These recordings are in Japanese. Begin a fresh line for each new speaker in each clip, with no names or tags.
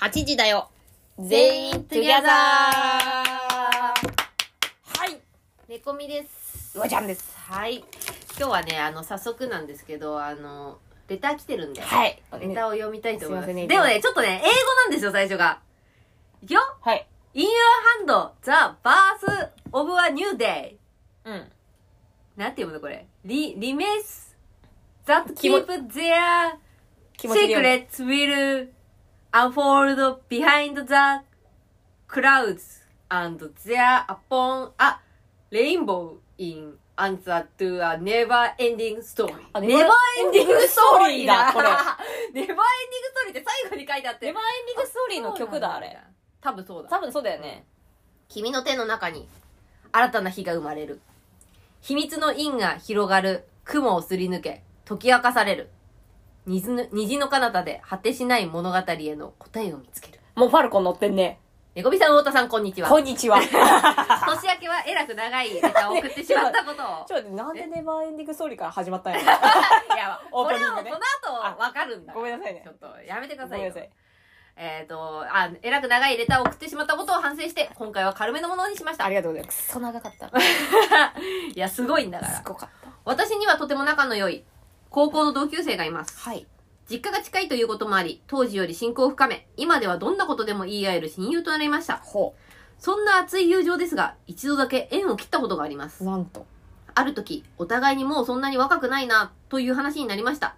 8時だよ
全員 together
はい
猫みです
うわちゃんです
はい今日はねあの早速なんですけどあのレター来てるんで、
はい
レターを読みたいと思います
すいませんね
でもねちょっとね英語なんですよ最初がいくよ
はい。
In your hand the birth of a new day
うん。
なんて読むのこれリリメス that
気持
keep their
気
secrets will unfold behind the clouds and there upon a rainbow in answer to a never ending story.
あ never ending story だこれ
ネバーエンディングストーリーって最後に書いてあって。
ネバーエンディングストーリーの曲だ、あれ。。
多分そうだ。
多分そうだよね。
君の手の中に新たな日が生まれる。秘密の因が広がる。雲をすり抜け、解き明かされる。虹の虹の彼方で果てしない物語への答えを見つける。
もうファルコン乗ってんね。
猫こびさん、太田さん、こんにちは。
こんにち は。
年明けはえらく長いネタを送ってしまったこと
ちょっと待ってなんでネバーエンディングストーリーから始まったんや
を。いや、
オー
こ
プニ
れ
ングね
はもうこの後わかるんだ。
ごめんなさいね
ちょっと、やめてくだ
ご
さ
め
い
ん
よ
なさい。
えっ、と、あ、えらく長いレターを送ってしまったことを反省して、今回は軽めのものにしました。
あ
い
りがとうございます。くそ長かった。
や、すごいんだから
す。ごかった。
私にはとても仲の良い高校の同級生がいます。
はい。
実家が近いということもあり、当時より親交を深め、今ではどんなことでも言い合える親友となりました。
ほ
そんな熱い友情ですが、一度だけ縁を切ったことがあります
う。。なんと。
ある時、お互いにもうそんなに若くないな、という話になりました。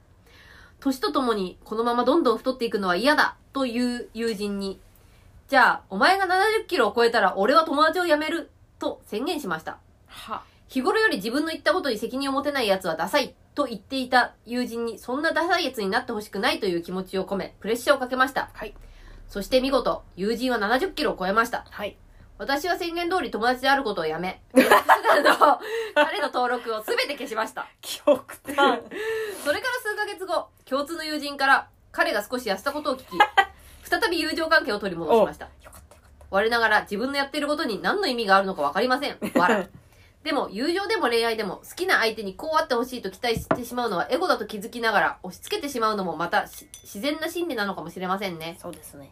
年とともに、このままどんどん太っていくのは嫌だ、という友人に、じゃあ、お前が70キロを超えたら俺は友達を辞める、と宣言しました。
は。
日頃より自分の言ったことに責任を持てない奴はダサいと言っていた友人にそんなダサい奴になってほしくないという気持ちを込めプレッシャーをかけました。
はい
そして見事、友人は70キロを超えました。
はい。
私は宣言通り友達であることをやめ、 連絡手段の彼の登録を全て消しました。
極端。
それから数ヶ月後、共通の友人から彼が少し痩せたことを聞 き、再び友情関係を取り戻しました。
よかったよかっ
我ながら自分のやっていることに何の意味があるのか分かりま せん。笑。でも、友情でも恋愛でも好きな相手にこうあってほしいと期待してしまうのはエゴだと気づきながら押し付けてしまうのもまたし自然な心理なのかもしれませんね
た。。 そうですね。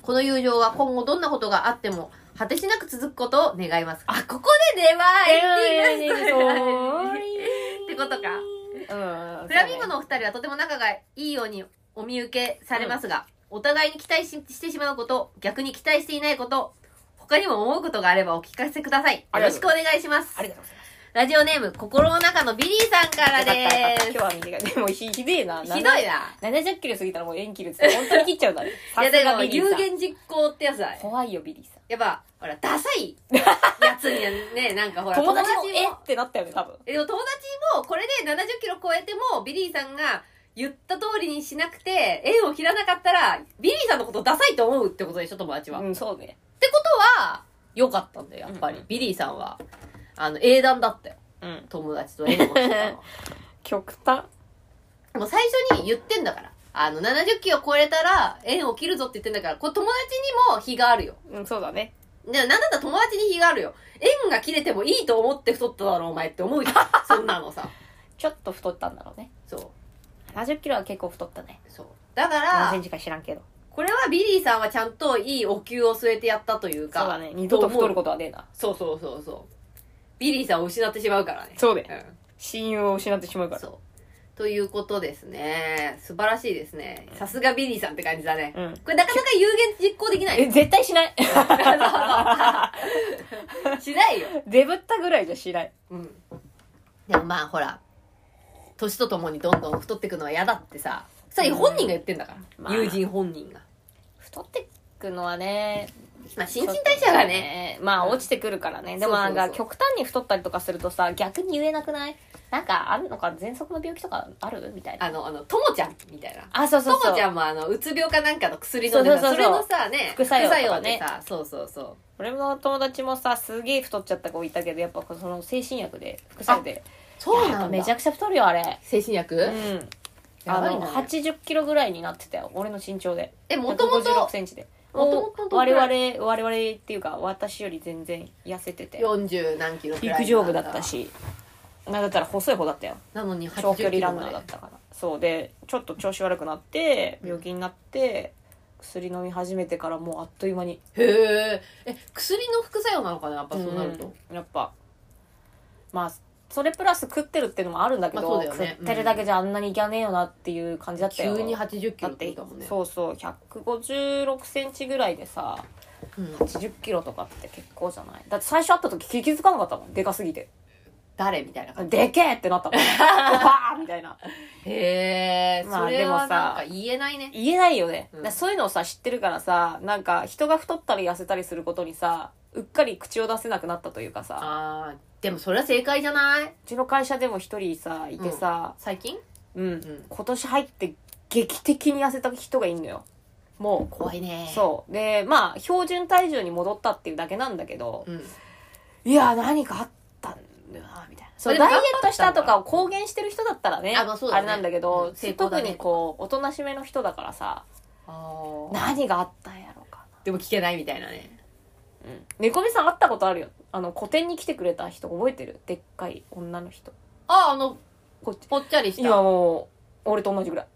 この友情は今後どんなことがあっても果てしなく続くことを願います。あ、ここでネバーエンディングスト ーリーってことか。
か。うん。
フラミンゴのお二人はとても仲がいいようにお見受けされますが、お互いに期待ししてしまうこと、逆に期待していないこと、他にも思うことがあればお聞かせください。
あ
よ
りが
ろ
とう
しくお願いします
あ。りがとうございます。
ラジオネーム、心の中のビリーさんから
よかったよ
で
かった今日は短い。でもひひでえな。
す。ひどいな。
70キロ過ぎたらもう縁切るっつ って本当に切っちゃうんだね。
いや、
さす
で
が
も、
ビリーさん
有言実行ってやつだ。や
怖いよ、ビリーさん。
っぱ、 ほら、ダサいやつにね、なんかほら、
友達も、
友
えってなったよね、多分。
えでも友達もこれで70キロ超えてもビリーさんが言った通りにしなくて縁を切らなかったらビリーさんのことダサいと思うってことでしょ友達は、っ
うん、そうね。
てことは良かったんだよやっぱり、
うんうん
ビリーさんはあの英断だったよ
うん。
友達と縁を切った のは
極端。
もう最初に言ってんだからあの70キロ超えれたら縁を切るぞって言ってんだからこれ友達にも非があるよ
うん、そうだね。
でなんだったら友達に非があるよ縁が切れてもいいと思って太っただろお前って思うじゃ んそんなのさ
ちょっと太ったんだろうね。
そう
70キロは結構太ったね。
そうだから
何センチか知らんけど。
これはビリーさんはちゃんといいお給を据えてやったというか。
そうだね。二度と太る
と思う。
ことはねえな。
そうそうそうそう。ビリーさんを失ってしまうからね。
そうね。
う
親友を失ってしまうか
ん。そう。ということですね。素晴らしいですね。さすがビリーさんって感じだね。
ら。うん。
これなかなか有言実行できない
え、
よ。
絶対し ない。
しないよ。
デブったぐらいじゃしない。
うん。でもまあほら、年とともにどんどん太っていくのは嫌だってさ、それ本人が言ってんだから。
まあ
友人本人が。
太ってくのはね、
まあ新陳代謝がね、
ね。まあ落ちてくるからね。でもなん
そう
か
そうそ
極端に太ったりとかするとさ、逆に言えなくないなんかあるのか喘息の病気とかあるみたいな。
あの、あの、ともちゃんみたいな。
あ、そうそう
と
そ
も
う
ち。ゃんもあの、うつ病かなんかの薬飲んで
そうそ
た
うそう
それのさ、ね、
副作用とかね
でさ、そうそうそう。
俺の友達もさ、すげえ太っちゃった子いたけど、やっぱその精神薬で、副作用で。
そう
やっ
な
ぱ
ん
め
だ
ち。ゃくちゃ太るよ、あれ。
精神薬、
うん。
や
あ
ばい
の、
な。
80キロぐらいになってたよ。俺の身長で。
え、もとも
156
と
センチで。
元々どん
我
くらい
々、我々っていうか、私より全然痩せてて。
40何キロくらいなん
陸上部だった。し。なんだったら細い方だったよ。
なのに80キロ
長距離ランナ
ま
ー
で
だったからそうでちょっと調子悪くなって病気になって、薬飲み始めてからもうあっという間に
へえ。え、薬の副作用なのかなやっぱそうなると。
うんやっぱまあそれプラス食ってるっていうのもあるんだけど、
まあそうだよね
食ってるだけじゃあんなにいかねえよなっていう感じだったよ
急に80キ
だ
ロ
っ
って言
て
ったもんね。
そうそう156センチぐらいでさ
うん
80キロとかって結構じゃないだって最初会った時気気づかなかったもんでかすぎて
誰みたいな感じ。
でけえってな ったもんわーみたいな
へえ。
まあ
それはなん
で
か言えないね。
言えないよね、
うん
だからそういうのをさ知ってるからさなんか人が太ったり痩せたりすることにさうっかり口を出せなくなったというかさ
ああ、でもそれは正解じゃないう
ちの会社でも一人さいてさ、
最近
うん
ん
今年入って劇的に痩せた人がいんのよもう
怖いね。
そうでまあ標準体重に戻ったっていうだけなんだけど、
うん。
いや何かあったんだよなみたいなそう
でも
ダイ
頑
エ
張
ッ
ったんだ
トしたとかを公言してる人だったらね
あまあそうだね
れなんだけど
う、ん成功だ
特
ね
にこうおとなしめの人だからさ
ああ。
何があったんやろうか
でも聞けないみたいなね。
うん猫みさん会ったことあるよあの古典に来てくれた人覚えてるでっかい女の人
ああ、あの、
こっち
ぽっちゃりし
今
た。
もう俺と同じぐらい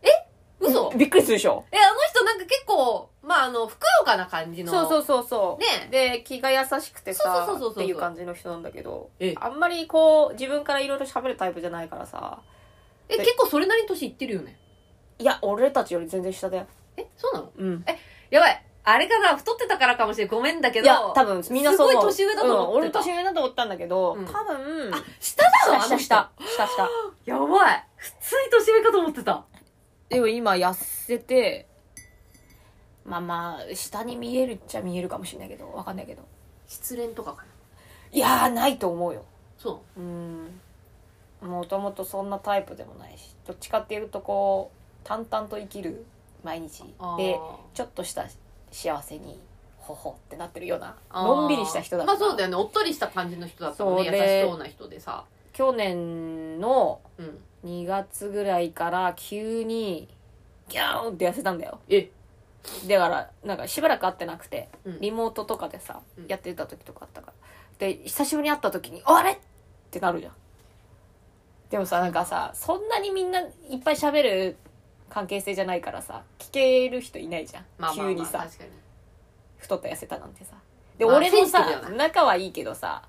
嘘
びっくりするでしょ
え、あの人なんか結構、まあ、あの、ふくよかな感じの。
そうそうそうそう
ね
で気が優しくてさ
そうそうそうそうそう
っていう感じの人なんだけど
え
あんまりこう自分からいろいろ喋るタイプじゃないからさ
え、結構それなりに年いってるよね。
いや俺たちより全然下だよ
え、そうなの
うん
やばい。あれかな太ってたからかもしれない。ごめんだけど。
いや多分みんなそう思う
すごい年上だと思ってた
うん、俺年上だと思ったんだけど、
うん
多分
あ、下なのあ
下下
の人。
下下下
やばい。普通に年上かと思ってた。
でも今痩せてまあまあ下に見えるっちゃ見えるかもしれないけどわかんないけど
失恋とかかな。
いやーないと思うよ
そう
ーんもともとそんなタイプでもないしどっちかっていうとこう淡々と生きる毎日
う。
で
あー
ちょっとした幸せにほほってなってるような
あー
のんびりした人だった、
まあそうだよね。おっとりした感じの人だったもんね。
そう
優
で
しそうな人でさ。
去年の
うん。
2月ぐらいから急にギャーンって痩せたんだよ
え、
だからなんかしばらく会ってなくて
うん
リモートとかでさ、
うん
やってた時とかあったからで久しぶりに会った時に「あれ?」ってなるじゃんでもさなんかさそんなにみんないっぱい喋る関係性じゃないからさ聞ける人いないじゃん、
まあまあまあ、
急にさ
確かに。
太った痩せたなんてさで、
まあ
俺も
センシティブだ
さ
よね
仲はいいけどさ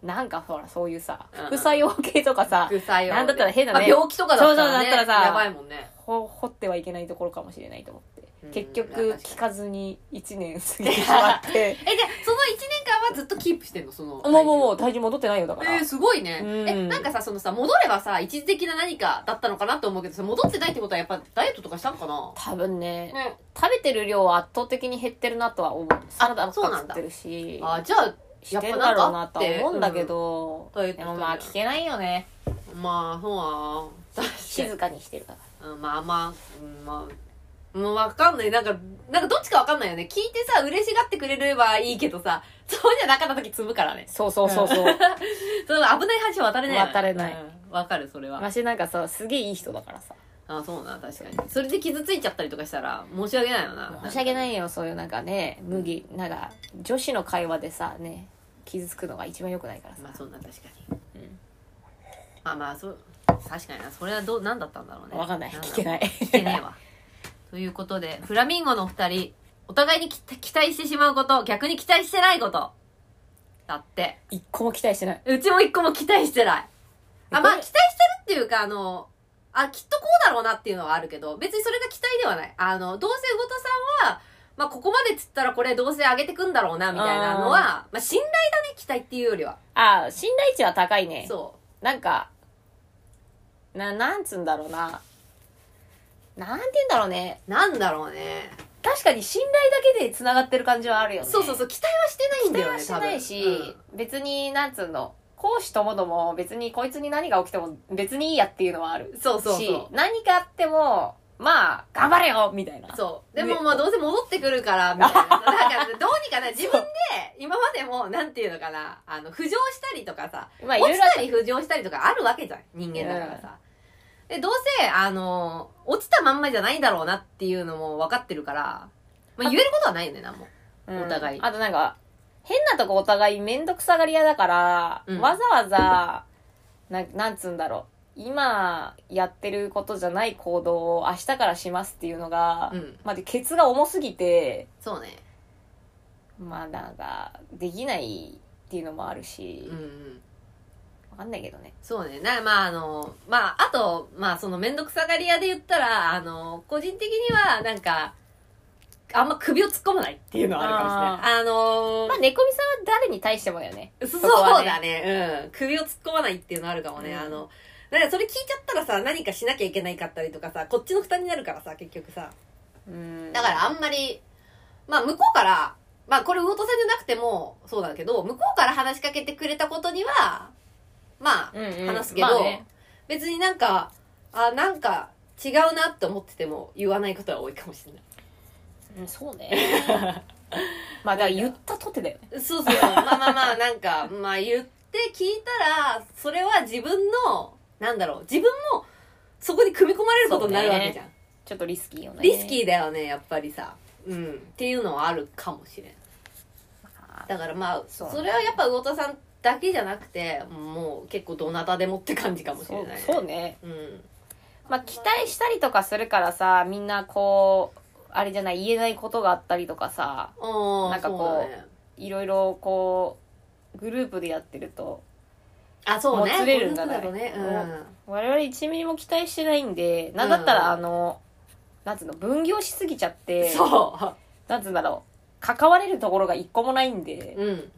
なんかほらそういうさ
うんうん
副作用系とかさ
副作用。
なんだったら変だね
まあ病気とかだったらね。
そうそうだったらさ
やばいもんね。
ほ掘ってはいけないところかもしれないと思って
うん
結
い
局
や確かに
聞かずに1年過ぎてしまって
え、じゃあその1年間はずっとキープしてんのその。
もうもうもう体重戻ってないよだから、
えー、すごいね、
うん
えなんかさそのさ戻ればさ一時的な何かだったのかなと思うけどさ戻ってないってことはやっぱダイエットとかしたのかな
多分ね
ね
食べてる量は圧倒的に減ってるなとは思うサラダばっか食ってるし
あじゃあ
してるだろうなとは思うんだけど、
ダイエット
で
した
も
ん
ま
だ
あ聞けないよね
まあそうな
静かにしてるから
うんまあまあ、うん、まあもうわかんないなんかなんかどっちかわかんないよね聞いてさ嬉しがってくれればいいけどさそうじゃなかった時積むからね
そうそうそうそう
その危ない橋渡れないよね
渡れない
うんわ、かるそれは
私なんかさすげえいい人だからさ
あそうな確かにそれで傷ついちゃったりとかしたら申し訳ないよな
申し訳ないいよそういうなんかね麦なんか女子の会話でさね傷つくのが一番良くないからさ、
まあそうな確かに
うん
まあまあそう確かになそれはどう何だったんだろうね
わかんない
だろう
聞けない
聞けねえわということでフラミンゴのお二人お互いにき期待してしまうこと逆に期待してないことだって
一個も期待してないう
ちも一個も期待してないあまあ期待してるっていうかあのあきっとこうだろうなっていうのはあるけど別にそれが期待ではないあのどうせ魚田さんはまあここまでっつったらこれどうせ上げてくんだろうなみたいなのはまあ信頼だね期待っていうよりは
ああ信頼値は高いね
そう
なんか、な、なんつうんだろうな。なんて言うんだろうね。
なんだろうね。
確かに信頼だけで繋がってる感じはあるよね。
そうそう
う。
そう、期待はしてないん
期
だ
待
よ
は
ね。
しないし、別に、なんつうの、講師ともども別にこいつに何が起きても別にいいやっていうのはある。
多分そうそう
し
そ
何かあっても、まあ、頑張れよみたいな。
う。そう。で
ね
もまあどうせ戻ってくるから、みた いな。なんかどうにかな、自分で、今までも、なんていうのかな、あの、浮上したりとかさ、
まあ、い
落
ろい
ち
ろあった
り浮上したりとかあるわけじゃん、人間だからさ。で、どうせ、あの、落ちたまんまじゃないだろうなっていうのも分かってるから、まあ言えることはないよね、なんも。
うん
お互い
あとなんか、変なとこお互いめんどくさがり屋だから、
うん
わざわざ、ななんつうんだろう。今やってることじゃない行動を明日からしますっていうのが、
うん。
まあで、ケツが重すぎて、
そうね。
まあなんか、できないっていうのもあるし
うんう、ん。
わかんないけどね。
そうね。な、まあ、あの、まあ、あと、まあ、そのめんどくさがり屋で言ったら、あの、個人的には、なんか、あんま首を突っ込まないっていうのはあるかもしれない。あのー
まあ、猫みさんは誰に対してもだよね。
そう
こはね
だね。うん。首を突っ込まないっていうのあるかもね。
うん
あの、だからそれ聞いちゃったらさ、何かしなきゃいけないかったりとかさ、こっちの負担になるからさ、結局さ。
うん。
だからあんまり、まあ向こうから、まあこれ魚田さんじゃなくてもそうだけど、向こうから話しかけてくれたことには、まあ、
うんうん、
話すけど、
まあね
別になんか、あ、なんか違うなって思ってても言わないことは多いかもしれない。
うん、そうね。 まあ、だから言ったとてだよね。
そうそう。まあまあまあ、なんか、まあ言って聞いたら、それは自分の、なんだろう、自分も、そこに組み込まれることになるわけじゃん。
ちょっとリスキーよね。
リス
ー。
キーだよね、やっぱりさ。うん。っていうのはあるかもしれん。だからまあ、
そ
そうれはやっぱ魚田さんだけじゃなくて、もう結構どなたでもって感じかもし
そ
れ
う
ない。
そうね。
うん。
まあ、期待したりとかするからさ、みんなこう、あれじゃない、言えないことがあったりとかさ、
おー
なんかこう
そうだね
いろいろこう、グループでやってると、
あ、そうね。
もつれるんじゃない
こういうことだとね。
我々1ミリも期待してないんで、なんだったらあ
うん
の、なんつうの、分業しすぎちゃっ
う
て
ん。、そ
なんつうんだろう、関われるところが一個もないんで、
う。うん。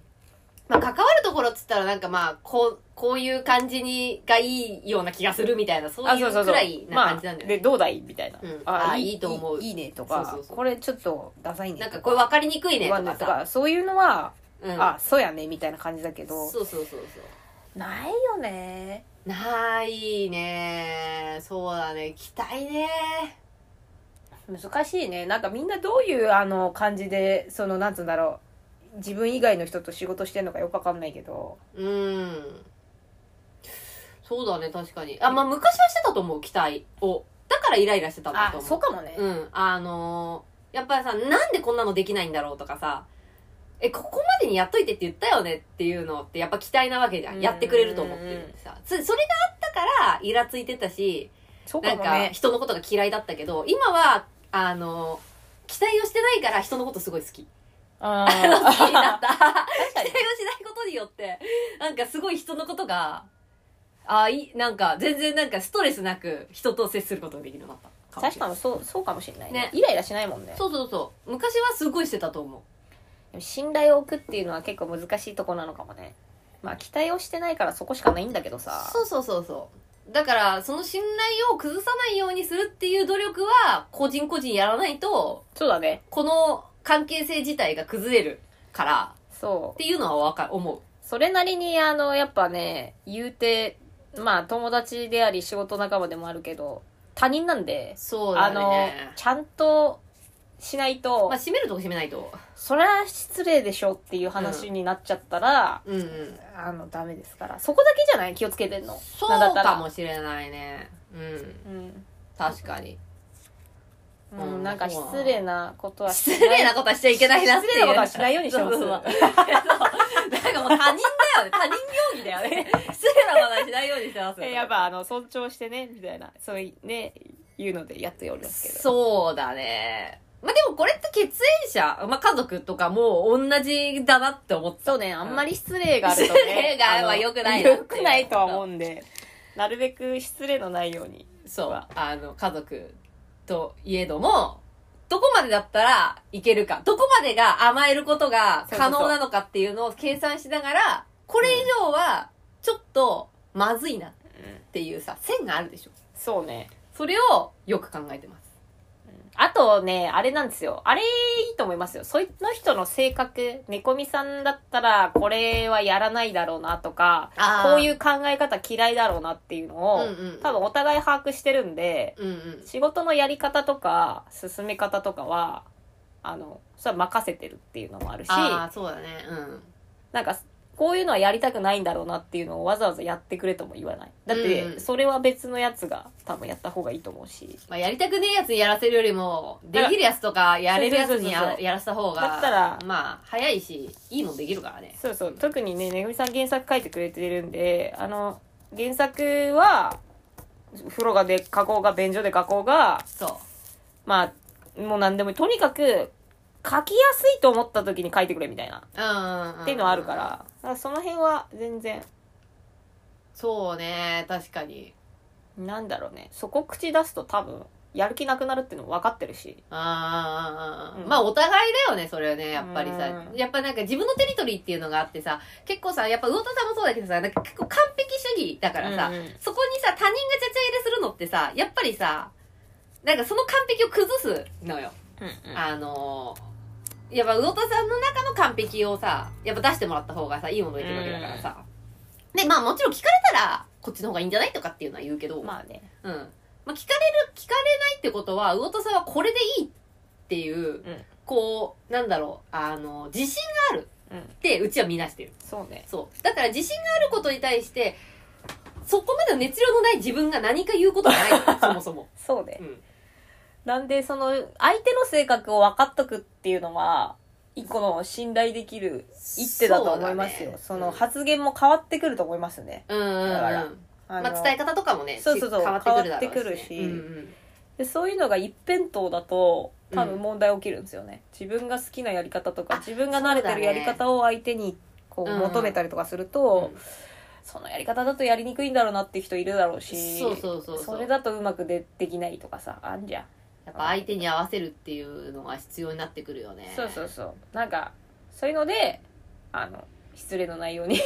まあ、関わるところっつったらなんかまあ、こう、こういう感じに、がいいような気がするみたいな、そういうくらいな感じなんだよ
まあ、
ね。
で、どうだいみたいな。
うんあいいと思う
いいいねとか
そうそうそう
これちょっとダサいねと
なんかこれ分かりにくいね
言わ
と
んね
か
と
さ。
か、そういうのは、
うん
あ、そうやね、みたいな感じだけど、
そうそうそうそう。
ないよね。
ないねそうだね。期待ね
難しいねなんかみんなどういうあの感じでそのなんつうんだろう自分以外の人と仕事してんのかよくわかんないけど
うん。そうだね、確かに。あ、まあ昔はしてたと思う、期待を。だからイライラしてたんだ
あ
と思う。
そうかもね、
うん、あのーやっぱりさ、なんでこんなのできないんだろうとかさ、え、ここまでにやっといてって言ったよねっていうのってやっぱ期待なわけじゃ。
うんん
やってくれると思ってるってさ。そそれがあったから、イラついてたし、
そう
な
か
ん
も
か
ね
人のことが嫌いだったけど、今は、あのー期待をしてないから人のことすごい好 き。
あ
好きにな
ー
った。
確
期
か
待をしないことによって、なんかすごい人のことが、あーいい、なんか全然なんかストレスなく人と接することができるようになった。
に確かにそうそうかもしれないね
ね
イライラしないもんね
そうそうそう。昔はすごいしてたと思う。
でも信頼を置くっていうのは結構難しいとこなのかもねまあ期待をしてないからそこしかないんだけどさ
そうそうそうそう。だから、その信頼を崩さないようにするっていう努力は、個人個人やらないと、
そうだね
この関係性自体が崩れるから、
そ
っ
う
ていうのはわか、思う。
それなりにあのやっぱね言うてまあ友達であり仕事仲間でもあるけど他人なんで
そ
あのちゃんとしないと、
まあ、閉めるとこ閉めないと。
それは失礼でしょっていう話になっちゃったら、
うんうん。
あのダメですからそこだけじゃない気をつけてんの
そう
なんだったら
かもしれないね。うん。
うん、
確かに。
うん
うん
なんか失礼なことは
失礼なことはしちゃいけないなっていう。
失礼なことはしないようにしてます
そうそうそうなん かもう他人だよね。他人行儀だよ ね。失礼なことはしないようにしてま す。
えやっぱあの尊重してねみたいなそういうね言うのでやっておりますけど
そうだね。まあ、でもこれって血縁者、まあ、家族とかも同じだなって思った。
そうねあんまり失礼があるとね
失礼が
あの
まあ良くないなってい
良
う
くないとは思うんでなるべく失礼のないように
そう。あの、家族といえども、どこまでだったらいけるか、どこまでが甘えることが可能なのかっていうのを計算しながら、これ以上はちょっとまずいなっていうさ、線があるでしょ。
そうね
それをよく考えてます。
あとね、あれなんですよ。あれいいと思いますよ。その人の性格、猫みさんだったら、これはやらないだろうなとか、
あ、
こういうう考え方嫌いだろうなっていうのを、
うんうん
多分お互い把握してるんで、
うんうん。
仕事のやり方とか、進め方とかは、あの、それは任せてるっていうのもあるし、
ああ、そうだね。うん。
なんか、こういうのはやりたくないんだろうなっていうのをわざわざやってくれとも言わない。だっ
うんう
て、
ん
それは別のやつが多分やった方がいいと思うし。
まあ、やりたくねえやつにやらせるよりも、できるやつとか、やれるや
そうそ
つに
うそう
や
そう
やらせた方が、
だったら
まあ、早いし、いいもんできるからね。
そうそう特にねめぐみさん原作書いてくれてるんであの原作は風呂がでかこうが便所でかこうが
そう。
まあもう何でもいいとにかく書きやすいと思った時に書いてくれみたいな
うん。
っていうのはあるから。だからその辺は全然
そうね、確かに。
なんだろうねそこ口出すと多分やる気なくなるっていうのも分かってるし
あー
うん
まあお互いだよね、それはね、やっぱりさ
う。ん
やっぱなんか自分のテリトリーっていうのがあってさ、結構さ、やっぱ魚田さんもそうだけどさ、なんか結構完璧主義だからさ、
うんうん
そこにさ、他人がちゃちゃ入れするのってさ、やっぱりさ、なんかその完璧を崩すのよ。あのー、やっぱ魚田さんの中の完璧をさ、やっぱ出してもらった方がさ、いいものがいけるわけだからさ。で、まあもちろん聞かれたら、こっちの方がいいんじゃないとかっていうのは言うけど、
まあね
うん。まあ、聞かれる、聞かれないってことは、魚田さんはこれでいいっていう、
うん
こう、なんだろう、あの、自信がある
うん
って、うちは見なしてる。
そうね
そう。だから自信があることに対して、そこまでの熱量のない自分が何か言うことが ない。そもそも。
そうね
うん。
なんでその相手の性格を分かっとくっていうのは一個の信頼できる一手だと思いますよそ,、
そうだね
の発言も変わってくると思いますね
うんうんうん。
だからあ
ま
の
あ、伝え方とかもね、
そうそうそう
変わってくるだろうし、ね。
変わってくるし
うんうん
でそういうのが一辺倒だと多
う
分
ん
問題起きるんですよね、自分が好きなやり方とか
あ
自分が慣れて
そう
る
だ
や
ね
り方を相手にこう
うん
求めたりとかする
う
と、
ん
そのやり方だとやりにくいんだろうなって人いるだろうし
そうそうそうそう
それだとうまくでできないとかさあんじゃん
やっぱ相手に合わせるっていうのが必要になってくるよね。
そうそうそうなんかそういうのであの失礼のない ように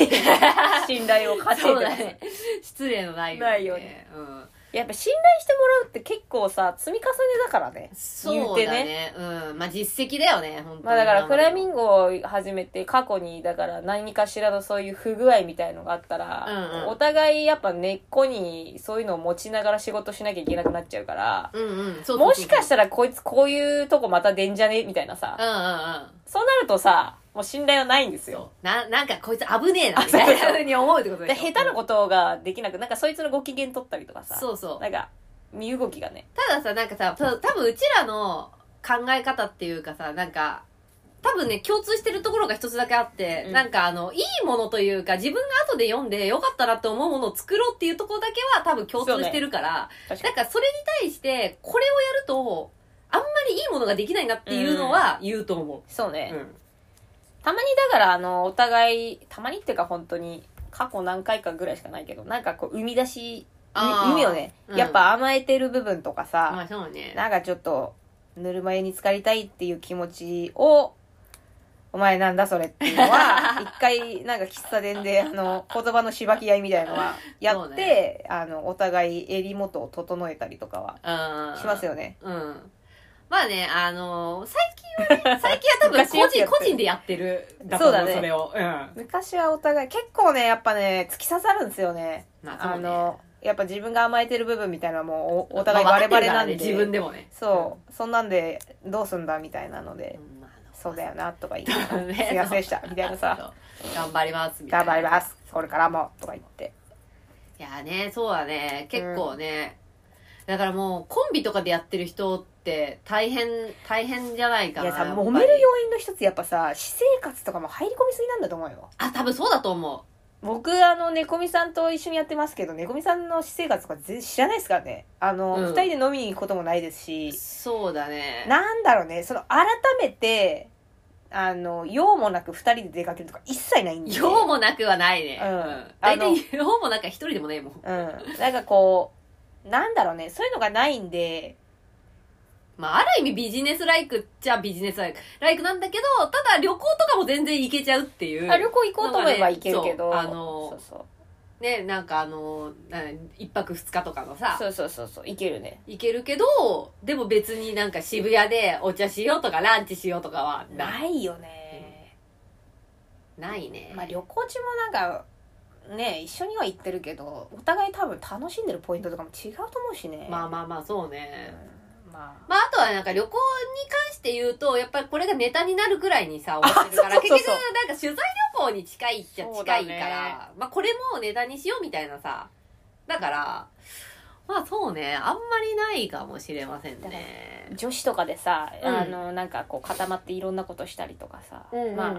信頼を勝ち
そう
て
だ
ます、
ね。失礼のないように、
ないように
うん。
やっぱ信頼してもらうって結構さ積み重ねだからね
そうだね。うん。まあ、実績だよね、本当に。
まあだからフラミンゴを始めて過去にだから何かしらのそういう不具合みたいのがあったら、
うんうん
お互いやっぱ根っこにそういうのを持ちながら仕事しなきゃいけなくなっちゃうから
うんうん。そうそうそう
もしかしたたらこいつこういうとこまた出んじゃねみたいなさ、
ら、うんうんうん。
そうなるとさもう信頼はないんですよ
そう。な、なんかこいつ危ねえな、
あ
み
そう
た
そう
いなふうに思うってこと
で
でしょ
下手なことができなくなんかそいつのご機嫌取ったりとかさ
そうそう。
なんか身動きがね
たださ、なんかさ、た多分うちらの考え方っていうかさ、なんか、多分ね、共通してるところが一つだけあって、
うん
なんかあの、いいものというか、自分が後で読んでよかったなって思うものを作ろうっていうところだけは多分共通してるから、
確か
なん
に
かそれに対して、これをやると、あんまりいいものができないなっていうのは言うと思う。
そうね、
うん
たまにだからあのお互いたまにっていうか本当に過去何回かぐらいしかないけどなんかこう生み出し
あー
意味をね、
うん
やっぱ甘えてる部分とか
ま
さ、
あそうね。
なんかちょっとぬるま湯に浸かりたいっていう気持ちをお前なんだそれっていうの は一回なんか喫茶店であの言葉のしばき合いみたいのはや
そ
っ
う
て、
ね
あのお互い襟元を整えたりとかは
うん。
しますよね
うん。まあね、あのー最近はね、最近は多分
昔よくや
個人、
ってる
個人でやってる。
そうだね
それを。うん。
昔はお互い結構ねやっぱね突き刺さるんですよね
まあ
あ
そうね
のやっぱ自分が甘えてる部分みたいなのはもうおお互いバレバレなんで、
まあ分かってるからね自分でもね。
そうそんなんでどうすんだみたいなので、
うん。まあ
そうだよなとか言いなが
そ
ら
うね
すいませんでしたみたいなさ
そう頑張ります、みたい
頑
な。
張りますこれからもとか言って
いやね、そうだね。結構ね。だからもう、コンビとかでやってる人って、大変、大変じゃないか
い
な。
やさ
やっぱり
揉める要因の一つやっぱさ私生活とかも入り込みすぎなんだと思うよ
あ、多分そうだと思
僕あの猫みさんと一緒にやってますけど猫みさんの私生活とか全然知らないですからねあの、
う
二
ん
人で飲みに行くこともないですし
う。そうだね。
なんだろうね、その改めて、あの、用もなく二人で出かけるとか一切ないんで。
用もなくはないね。
うん
大
あの
体、用もなんか一人でもねえもん。
うん。なんかこう、なんだろうね、そういうのがないんで、
まあ、ある意味ビジネスライクっちゃビジネスライクライクなんだけど、ただ旅行とかも全然行けちゃうっていう。
あ旅行行こうと思えば行けるけ
そう
ど、
あの
そうそう
ね、なんかあの、な一泊二日とかのさ、
そうそうそうそう、行けるね。
行けるけど、でも別になんか渋谷でお茶しようとかランチしようとかはな
ないよね。
ないね。
まあ旅行中もなんか、ね、一緒には行ってるけど、お互い多分楽しんでるポイントとかも違うと思うしね。
まあまあまあ、そう
うん
ね。
まあ。
まあ、あとはなんか旅行に関して言うと、やっぱりこれがネタになるくらいにさ、思ってるから、
あそうそうそう
結局なんか取材旅行に近いっちゃ
そう
近
だ
い
ね
から、まあこれもネタにしようみたいなさ、だから、まあそうね、あんまりないかもしれません
だから
ね。
女子とかでさ、
うん
あの、なんかこう固まっていろんなことしたりとかさ、まあ
まあ、、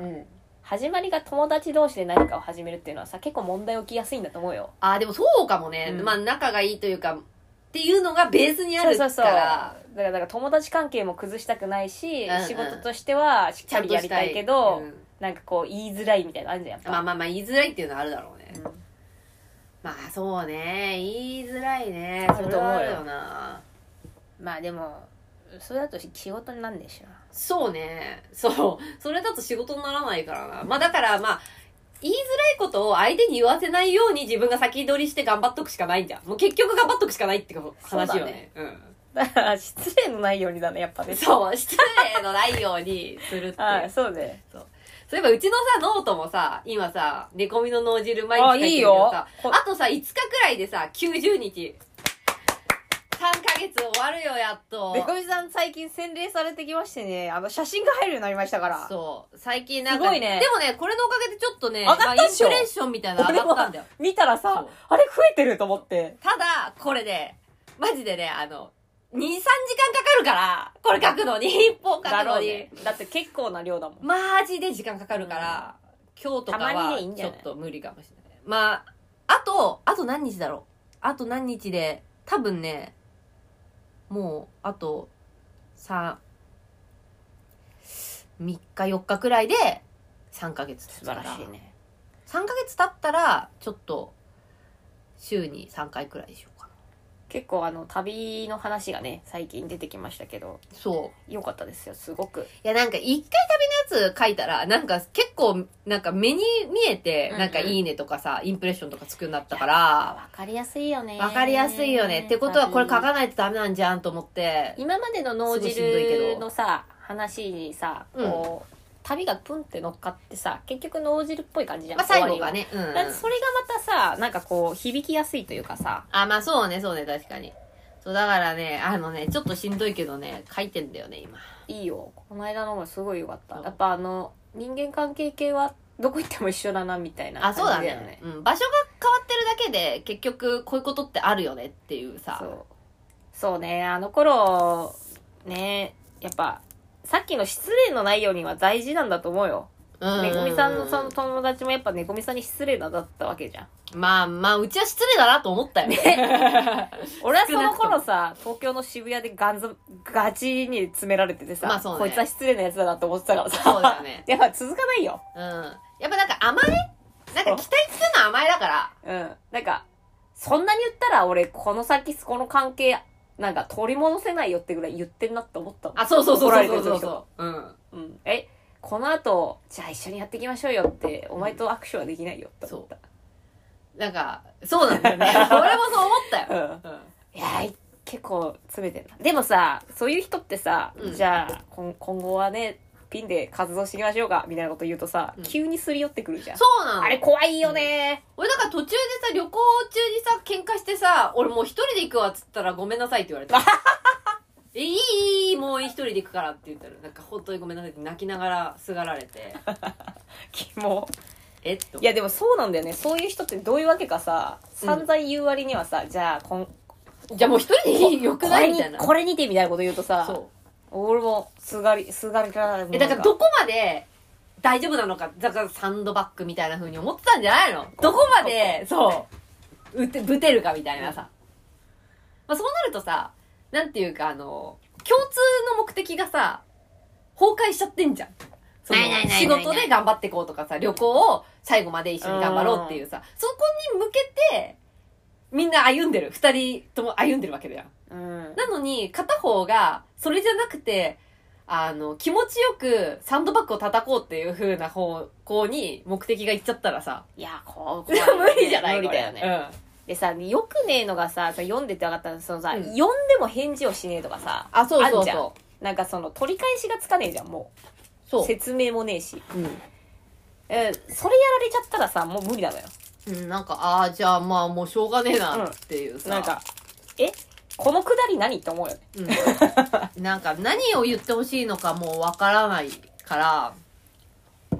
始まりが友達同士で何かを始めるっていうのはさ結構問題起きやすいんだと思うよ
あーでもそうかもね、
うん
まあ仲がいいというかっていうのがベースにあ
そう
る
そ
か
うそうだ
ら
か、らだから友達関係も崩したくないし、
うんうん
仕事としてはしっ
ちゃ
か
ん
り
と
や
し
り
た
た
い
いけど、
うん
なんかこう言いづらいみたいなのあるじゃんやっぱ、
まあまあまあ言いづらいっていうのはあるだろうね。
うん
まあそうね、言いづらいね。
あ
そ
る
れ
と思うよ
はあるよな。
まあでもそれだと仕事になんでしょ
そうね。そう。それだと仕事にならないからな。まあだからまあ、言いづらいことを相手に言わせないように自分が先取りして頑張っとくしかないんじゃん。もう結局頑張っとくしかないってこ話よね。う
だから 失礼のないようにだねやっぱね
ん。そう、失礼のないようにするっていう。
はいそうね
そういえばうちのさ、ノートもさ、今さ、寝込みの脳汁毎日書いてる
あ
け
い
ど
い
さ
よ
あとさ、5日くらいでさ、90日。3ヶ月終わるよ、やっと
で。こみさん最近洗礼されてきましてねあの写真が入るようになりましたから
そう。最近なんか、
すごいね
でもね、これのおかげでちょっとね、
上がったっ
まあイン
し
プ
ょ
レッションみたいなの上がったんだよ。
見たら
そう
さあれ増えてると思って
ただ、これね、マジでね、あの、2、3時間かかるから、これ書くのに、一本書くのに。
だって結構な量だもん
マジで時間かかるから、今日とか
たま
は
にでいいんじ
ちょ
ゃ
っ
ない
と無理かもしれない。まあ、あと、あと何日だろう。あと何日で、多分ね、もう、あと、さ、3日4日くらいで、3ヶ月
素晴らしい。ね
3ヶ月経ったら、ちょっと、週に3回くらいでしようかな。
結構あの旅の話がね最近出てきましたけど
そう。
良かったですよすごく
いや、なんか一回旅のやつ書いたら、なんか結構、なんか目に見えて
うん、うん
なんかいいねとかさ、インプレッションとかつくようになったから、
分かりやすいよね
わかりやすいよね。ってことはこれ書かないとダメなんじゃんと思って。
今までの脳
すごいしんどいけ
汁
ど
のさ話にさこう、旅がプンって乗っかってさ結局脳汁っぽい感じじゃん、
まあ最後がね、うんうん
終わりは、だってそれがまたさなんかこう響きやすいというかさ
あ、まあそうね、そうね、確かに。そう、だからね、あのね、ちょっとしんどいけどね、書いてんだよね、今。
いいよこの間のもすごい良かった
そう
やっぱあの人間関係系はどこ行っても一緒だなみたいな感
あ、
じ
そうだ
だよ
ね
ね。
うん、場所が変わってるだけで、結局こういうことってあるよねっていうさ。
そうそうねあの頃ねやっぱさっきの失礼のないようには大事なんだと思うよ
うんうんうん
ねこみさんのその友達もやっぱねこみさんに失礼なだったわけじゃん
まあまあ、うちは失礼だなと思った よね。
俺はその頃さ東京の渋谷でガンズガチに詰められててさ、
まあそうね
こいつは失礼なやつだなと思ってたからさ
そうだよね
やっぱ続 かないよ
うん。やっぱなんか甘えなんか期待するのは甘えだから。
うんなんかそんなに言ったら俺この先この関係なんか取り戻せないよってぐらい言ってんなって思ったもん
あ、そうそうそう
怒られ
そ
てる
うそう
時
そう。うん。
うん、えこの後じゃあ一緒にやっていきましょうよってお前と握手はできないよって思った、
なんか、そうなんだ よね。俺もそう思ったよ。
うんいやー結構詰めてるなでもさそういう人ってさ、
うん
じゃあ今今後はねピンで活動していきましょうかみたいなこと言うとさ、
うん
急にすり寄ってくるじゃん
そうなの。
あれ怖いよね
俺だから途中でさ、旅行中にさ、喧嘩してさ、俺もう一人で行くわっつったらごめんなさいって言わ れた。え、いいいいいい、もう一人で行くからって言ったら、なんか本当にごめんなさいって泣きながらすがられて、
キモ
えっと。
いやでもそうなんだよねそういう人ってどういうわけかさ
うん
散々言う割にはさ、じゃあこん
じゃあもう一人でいいよく
こ
な
れ
いみ
に
たいな。
これにてみたいなこと言うとさ
そう。
俺もすがりすがりから
え、だからどこまで大丈夫なのか、だからサンドバッグみたいな風に思ってたんじゃないのどこまで、そう、うて、ぶてるかみたいなさ。まあそうなるとさ、なんていうかあの、共通の目的がさ、崩壊しちゃってんじゃん。その
ないないないない
仕事で頑張ってこうとかさ、旅行を最後まで一緒に頑張ろうっていうさ、そこに向けて、みんな歩んでる。二人とも歩んでるわけだよ。
うん
なのに、片方が、それじゃなくて、あの、気持ちよくサンドバッグを叩こうっていう風な方向に目的がいっちゃったらさ、
いやこう
無理じゃない
無理だよね、。
これ
でさよくねえのがさその読んでて分かったのそのさ、
うん
読んでも返事をしねえとかさ
あ、そうそ
あ
うん
じゃん
そ
なんかその取り返しがつかねえじゃんも
う。
う
そ
説明もねえし、
う。
えーそれやられちゃったらさもう無理なのよ
うん。なんか、ああ、じゃあまあもうしょうがねえなっていうさ。
なんかえこのくだり何って思うよね
うん、なんか何を言ってほしいのかもうわからないから、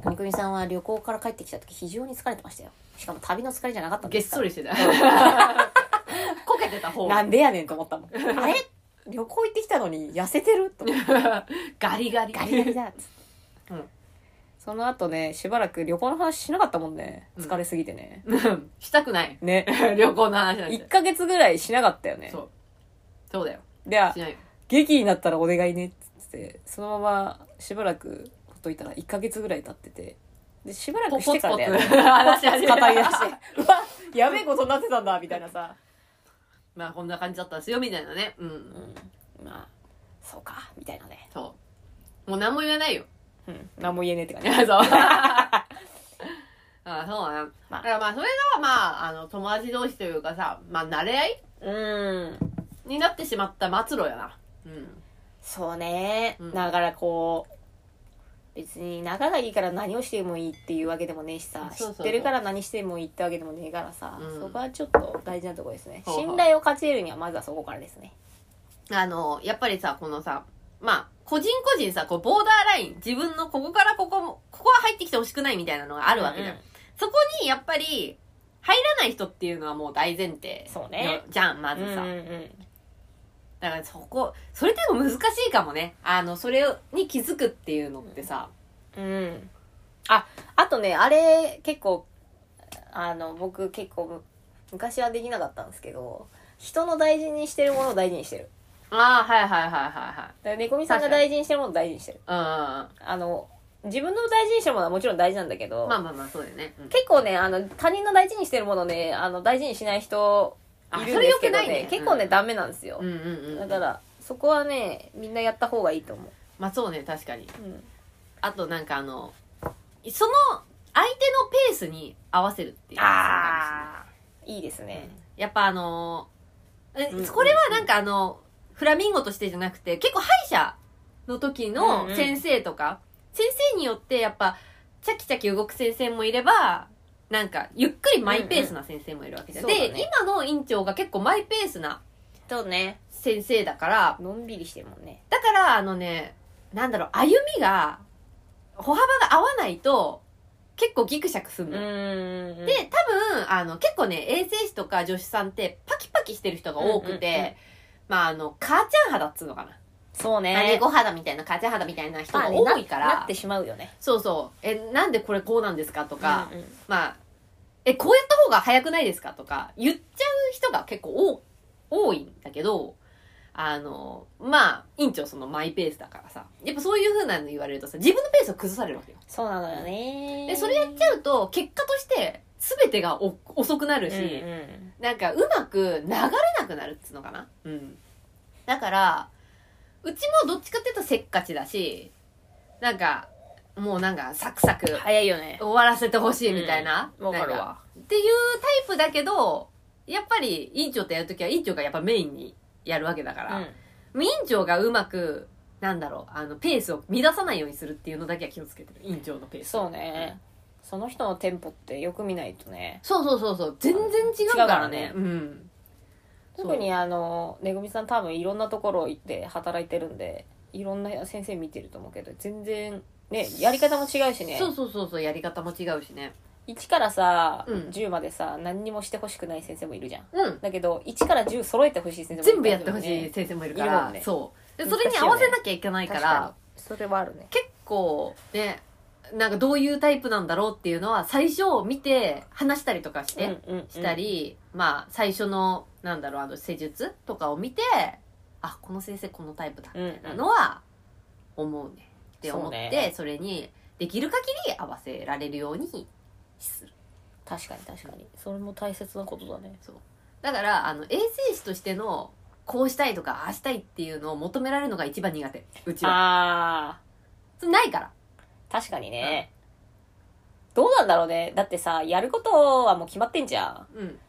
国組さんは旅行から帰ってきた時非常に疲れてましたよしかも旅の疲れじゃなかったん
げ
で
っ
すか
そ
ら
りしてた。 こけてた方。
なんでやねんと思ったもんあれ旅行行ってきたのに痩せてると思って
ガリガリ。
ガリガリだっつって、
うん
その後ねしばらく旅行の話しなかったもんね
うん
疲れすぎてね、
うんしたくない。
ね
旅行の話なんて
1ヶ月ぐらいしなかったよね
そうそうだよ。
では
しないよ。
劇になったらお願いねっつってそのまましばらくほっといたら1か月ぐらい経っててでしばらくしてからだよね
ポツポツ話し始めた
ポツポツ語り出してうわやべえことになってたんだみたいなさ、
まあこんな感じだったんですよ、みたいなね。う。
うんん、まあそうかみたいなね
そう。もう何も言え ないよ。
うん何も言えねえって感
い
じ
やそう。 ああそうだね。
まあ
だからまあそれがまあ、あの、友達同士というかさ、まあ慣れ合い
うん
になってしまった末路やな。うん。
そうね、
うん
だからこう別に仲がいいから何をしてもいいっていうわけでもねえしさ
そうそうそう
知ってるから何してもいいってわけでもねえからさ、
うん
そこはちょっと大事なとこですね
ほうほう
信頼を勝ち得るにはまずはそこからですね
あの、やっぱりさ、このさ、まあ、個人個人さ、こう、ボーダーライン、自分のここからここも、ここは入ってきてほしくないみたいなのがあるわけじゃん。
うん
そこに、やっぱり、入らない人っていうのはもう大前提。
そうね。
じゃん、まずさ。
うんうんうん
だからそこ、それでも難しいかもね。あの、それに気づくっていうのってさ。
うん。あ、あとね、あれ、結構、あの、僕結構む、昔はできなかったんですけど、人の大事にしてるものを大事にしてる。
ああ、はいはいはいは
だから猫みさんが大事にしてるものを大事にしてる。
いはい。
あの、自分の大事にしてるものはもちろん大事なんだけ
う
ど、
ん。まあまあまあ、そうだよね。うん
結構ね、あの、他人の大事にしてるものをね、あの、大事にしない人、
あ
いるんですけど
それ良くないね
ね、結構ね、ダメなんですよ
う。んうんう
だ
ん。
から、そこはね、みんなやった方がいいと思う。
まあそうね、確かに。
うん。
あとなんかあの、その、相手のペースに合わせるっていうのがそうかもしれない。
あーいいですね。
やっぱあのー
うん
えこれはなんかあの、フラミンゴとしてじゃなくて、結構歯医者の時
う
の
んうん
先生とか、先生によってやっぱ、チャキチャキ動く先生もいれば、なんか、ゆっくりマイペースな先生もいるわけじゃん。
うんうんそう
で、
だね
今の院長が結構マイペースな
とね、
先生だから、
のんびりしてるもんね。
だからあのね、なんだろう、歩みが、歩幅が合わないと、結構ギクシャクすんのよ。
で
で、多分、あの、結構ね、衛生士とか助手さんって、パキパキしてる人が多くて、
うんうんうん
まあ、あの、母ちゃん肌っつうのかな。
そうね。
まあ猫肌みたいな、母ちゃん肌みたいな人が多いから、
まあねななってしまうよね。
そうそう、え、なんでこれこうなんですかとか、
うんうん
まあ、え、こうやった方が早くないですかとか、言っちゃう人が結構多多いんだけど、あの、まあ、院長そのマイペースだからさ、やっぱそういう風なの言われるとさ、自分のペースを崩されるわけよ。
そうなのよね。
で、それやっちゃうと、結果として、全てがお遅くなるし、
うんうん
なんかうまく流れなくなるっつうのかなうん。だから、うちもどっちかっていうとせっかちだし、なんか、もうなんかサクサク
早いよね。
終わらせてほしいみたいな。
うんわかる
なん
わ。
っていうタイプだけど、やっぱり委員長とやるときは委員長がやっぱメインにやるわけだか
う
ら、
ん
委員長がうまく、なんだろう、あの、ペースを乱さないようにするっていうのだけは気をつけてる。委員長のペース。
そうね。その人のテンポってよく見ないとね。
そうそうそうそう。全然違うから
違
ね。
うからね
うん。そう
特にあの、ねぐみさん多分いろんなところ行って働いてるんで、いろんな先生見てると思うけど、全然、ね、やり方も違うしね。
そうそうそうそう、やり方も違うしね。
1からさ、
うん
10までさ、何にもしてほしくない先生もいるじゃん。
うん。
だけど、1から10揃えてほしい先生もい
全
る
部やっ
んだ
て
よ
ほ
ね
しい先生もいるか
いる
ら、
もんね
そうで
難しい
そ
よね
れに合わせなきゃいけないから
確かにそれはあるね。
結構ねなんかどういうタイプなんだろうっていうのは最初見て話したりとかして、
うんうん
したり、まあ最初のなんだろうあの施術とかを見てあこの先生このタイプだみたいなのは思うねって思って
そう
そ,、
ね
れにできる限り合わせられるようにする
確かに確かにそれも大切なことだね
だからあの衛生士としてのこうしたいとかああしたいっていうのを求められるのが一番苦手うちは
あ
それないから。
ー確かにね、どうなんだろうねだってさやることはもう決まってんじゃん
うん。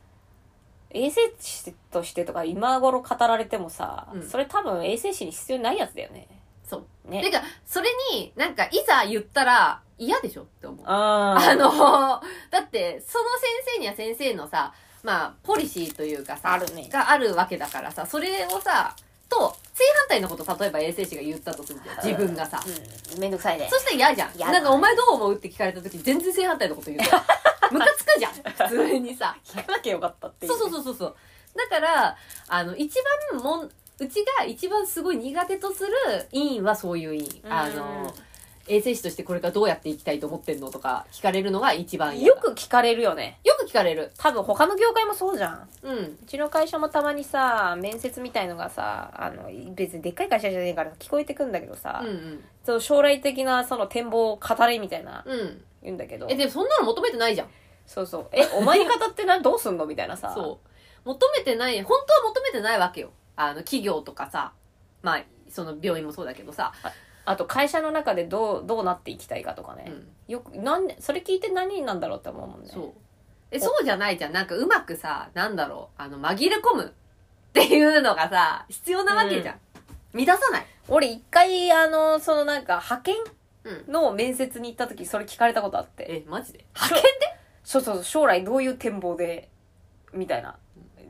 衛生士としてとか今頃語られてもさ、
うん
それ多分衛生士に必要ないやつだよね
そう。て
ね
か、それに、なんか、いざ言ったら、嫌でしょって思う。
あ
あ
あ
のだって、その先生には先生のさ、まあ、ポリシーというかさ、
あるね
があるわけだからさ、それをさ、と、正反対のこと、例えば衛生士が言ったとするじゃん。自分がさ。
うんめんどくさいね
そしたら嫌じゃん。
嫌だ
なんか、お前どう思うって聞かれた時、全然正反対のこと言うじゃん。ムカつくじゃん。普通にさ。
聞かなきゃよかったっていう
そうそうそうそうそう。だから、あの、一番もん、うちが一番すごい苦手とする委員はそういう委員。
うん
あの、衛生士としてこれからどうやっていきたいと思ってんのとか聞かれるのが一番嫌だ
よく聞かれるよね
よく
く聞かれる。多分他の業界もそうじゃん。
うん。
うちの会社もたまにさ、面接みたいのがさ、あの、別にでっかい会社じゃねえから聞こえてくんだけどさ、
うん
その将来的なその展望を語れみたいな
うん。うん。
言うんだけど
え、、でもそんなの求めてないじゃん。
そうそう。え、お前方ってな、どうすんのみたいなさ。
そう。求めてない、本当は求めてないわけよ。あの、企業とかさ、まあ、その病院もそうだけどさ。
あと会社の中でどう、どうなっていきたいかとかね。
うん。
よく、なんで、それ聞いて何になんだろうって思うもんね。
そう。え、そうじゃないじゃん。なんかうまくさ、なんだろう、あの、紛れ込むっていうのがさ、必要なわけじゃん。乱さない。
俺一回、あの、そのなんか、派遣
うん。
の面接に行った時、それ聞かれたことあって。
え、マジで
派遣でそうそうそう、将来どういう展望で、みたいな、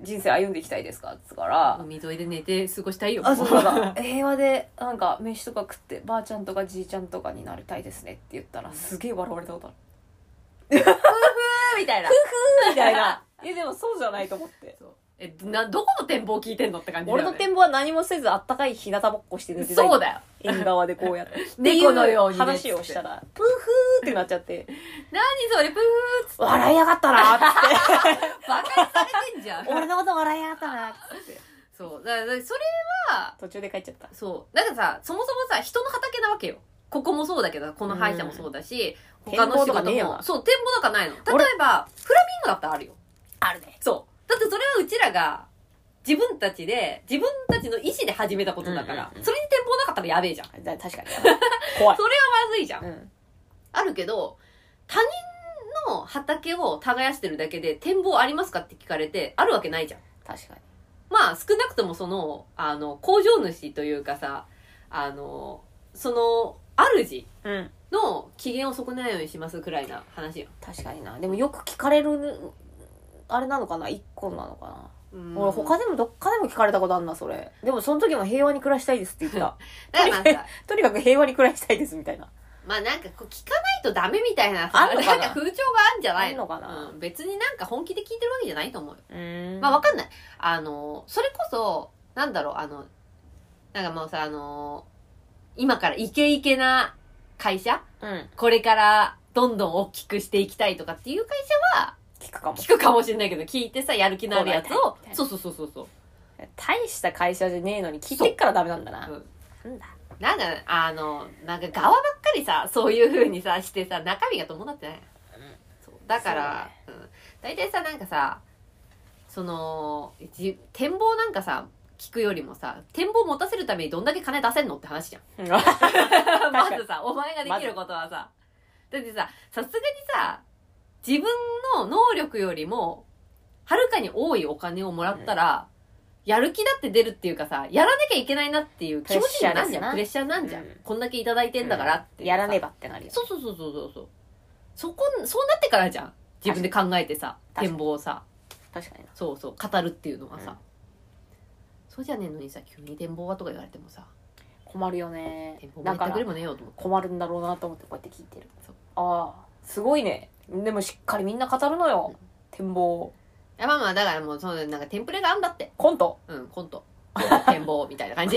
人生歩んでいきたいですかつから、
海沿いで寝て過ごしたいよ。
あ、そうそうそう。平和で、なんか、飯とか食って、ばあちゃんとかじいちゃんとかになりたいですねって言ったら、すげえ笑われたことある。
みたいな。
み たいな。え、でもそうじゃないと思って。
そうえ、な、どこの展望聞いてんのって感じだよ
俺
ね
の展望は何もせず、あったかい日向ぼっこして寝てたい
そうだよ。
縁側でこうや って。
猫のようにね
話をしたら、プーフーってなっちゃって、
何それ、プーっつって。
笑いやがったなーって。
バカにされてんじゃん。
俺のこと笑いやがったなーって。
そう。だから、それは、
途中で帰っちゃった。
そう。なんかさ、そもそもさ、人の畑なわけよ。ここもそうだけど、この歯医者もそうだし、
うん
他の仕
展望とか
事
ねえよ
も。
な
そう、展望なんかないの。
俺
例えば、フラミンゴだったらあるよ。
あるね。
そう。だってそれはうちらが、自分たちで、自分たちの意思で始めたことだから、
うんうんうん
それに展望なかったらやべえじゃん。
だ確かに。怖い
そ。まずいじゃん。
うん。
あるけど、他人の畑を耕してるだけで展望ありますかって聞かれて、あるわけないじゃん。
確かに。
まあ少なくともその、あの、工場主というかさ、あの、その、主
うん。
の機嫌を損ねないようにしますくらいな話よ。
確かにな。でもよく聞かれる、あれなのかな一個なのかな、俺他
で
でもどっかでも聞かれたことあんな、それ。でもその時も平和に暮らしたいですって言った。
なんか、
とにかく平和に暮らしたいですみたいな。
まあなんかこう聞かないとダメみたいな、
あんのかな
なんか風潮があるんじゃないの
あんのかな
うん、別になんか本気で聞いてるわけじゃないと思うよ。
うん
まあわかんない。あの、それこそ、なんだろう、あの、なんかもうさ、あの、今からイケイケな会社
うん。
これからどんどん大きくしていきたいとかっていう会社は、
聞くかも。
聞くかもしれないけど、聞いてさ、やる気のあるやつ
こ
を
うなりたいみたい、な
そうそうそうそうそう。
大した会社じゃねえのに聞いてっからダメなんだな。
うん
なんだ。
なんか、あの、なんか側ばっかりさ、そういう風にさ、してさ、中身が伴ってない。そうだから、うん。大体さ、なんかさ、その、じ展望なんかさ、聞くよりもさ、展望持たせるためにどんだけ金出せんのって話じゃん。 まずさ、お前ができることはさ、だってさ、さすがにさ、自分の能力よりも、はるかに多いお金をもらったら、やる気だって出るっていうかさ、やらなきゃいけないなっていう気持ちになんじゃん。プ
プ
レ
レ
ッ
ッ
シャーなんじゃん。
うん
こんだけいただいてんだからって、
やらね
えば。
ばってなるよ。
そうそうそうそうそうそう。そこ、そうなってからじゃん。自分で考えてさ、
確かに
展望をさ、
確かにな。
そうそう、語るっていうのはさ。
うん
そうじゃねえのにさ、急に展望はとか言われてもさ、
困るよね
展望。も
だ
言っ
か
た
ら
くれもねえよと思って。
困るんだろうなと思ってこうやって聞いてる
そう。
ああ、すごいね。でもしっかりみんな語るのよ。
うん
展望を
いやまあまあ、だからもう、その、なんかテンプレがあんだって。
コン ト。
うん、コント。展望みたいな 感じ。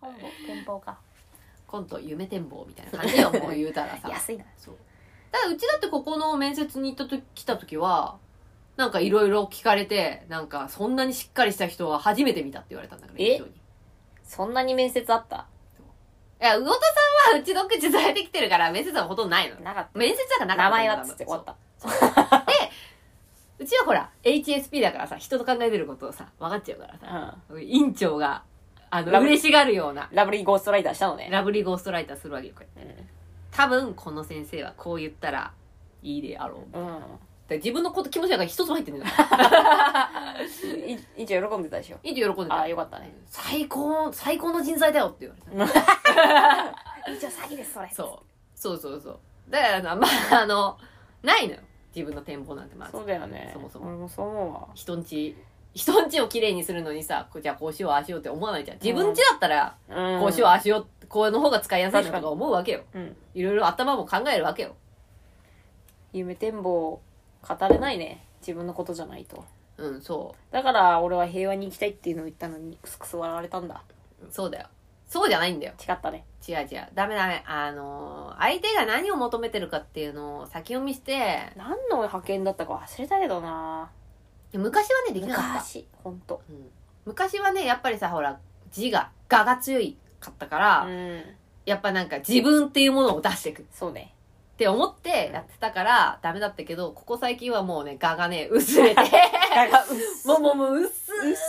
コンボ、展望か。
コント、夢展望みたいな 感じよ、もう言うたらさ。
安いな。
そう。だからうちだってここの面接に行ったとき、来た時は、なんかいろいろ聞かれて、なんかそんなにしっかりした人は初めて見たって言われたんだから、
え
一緒にい
そんなに面接あった
や、魚田さんはうちの口伝えてきてるから、面接はほとんどないの。
なかっ
面接だからな
た。
か
名
った
前はっつって終わった。
そううちはほら、HSP だからさ、人の考えてることをさ、分かっちゃうからさ、
う
委員長が、あの、
ラブ
嬉しがるような、
ん。ラブリーゴーストライターしたのね。
ラブリーゴーストライターするわけよ、これ。
う
多分この先生はこう言ったらいいであろう。だか
ん。うん
ら自分のこと気持ちなんか一つも入って んだから。
い 一応喜んでたでしょ。
いいと喜んで
ああ、
た。
よかったね。
最高、最高の人材だよって言 われた。
一応詐欺です、それ
そう。そうそうそう。だからさ、まあ、あの、ないのよ。自分の展望なんてまず
そ。うだよね。
そもそも
俺もそう思うわ。
人んち、人んちをきれいにするのにさ、こうじゃあこうしよう、ああしようって思わないじゃん。自分ちだったら、
うん
こうしよう、ああしようって、こうの方が使いやすいなとか思うわけよ。
うん。
いろいろ頭も考えるわけよ。
夢展望語れないね。自分のことじゃないと。
うん、そ
だから俺は平和に行きたいっていうのを言ったのにクスクス笑われたんだ。
う。そうだよ。そうじゃないんだよ。
違ったね。
違う違う。ダメダメ。あのー相手が何を求めてるかっていうのを先読みして、
何の派遣だったか忘れたけどな
昔はね、できなかった。
昔、ほんと。
うん昔はね、やっぱりさ、ほら、字が、画が強いかったから、
うん。
やっぱなんか自分っていうものを出していくっ
そう ね。
て思ってやってたから、ダメだったけど、ここ最近はもうね、画が ね、薄れて、もうもうもう薄い、薄い、薄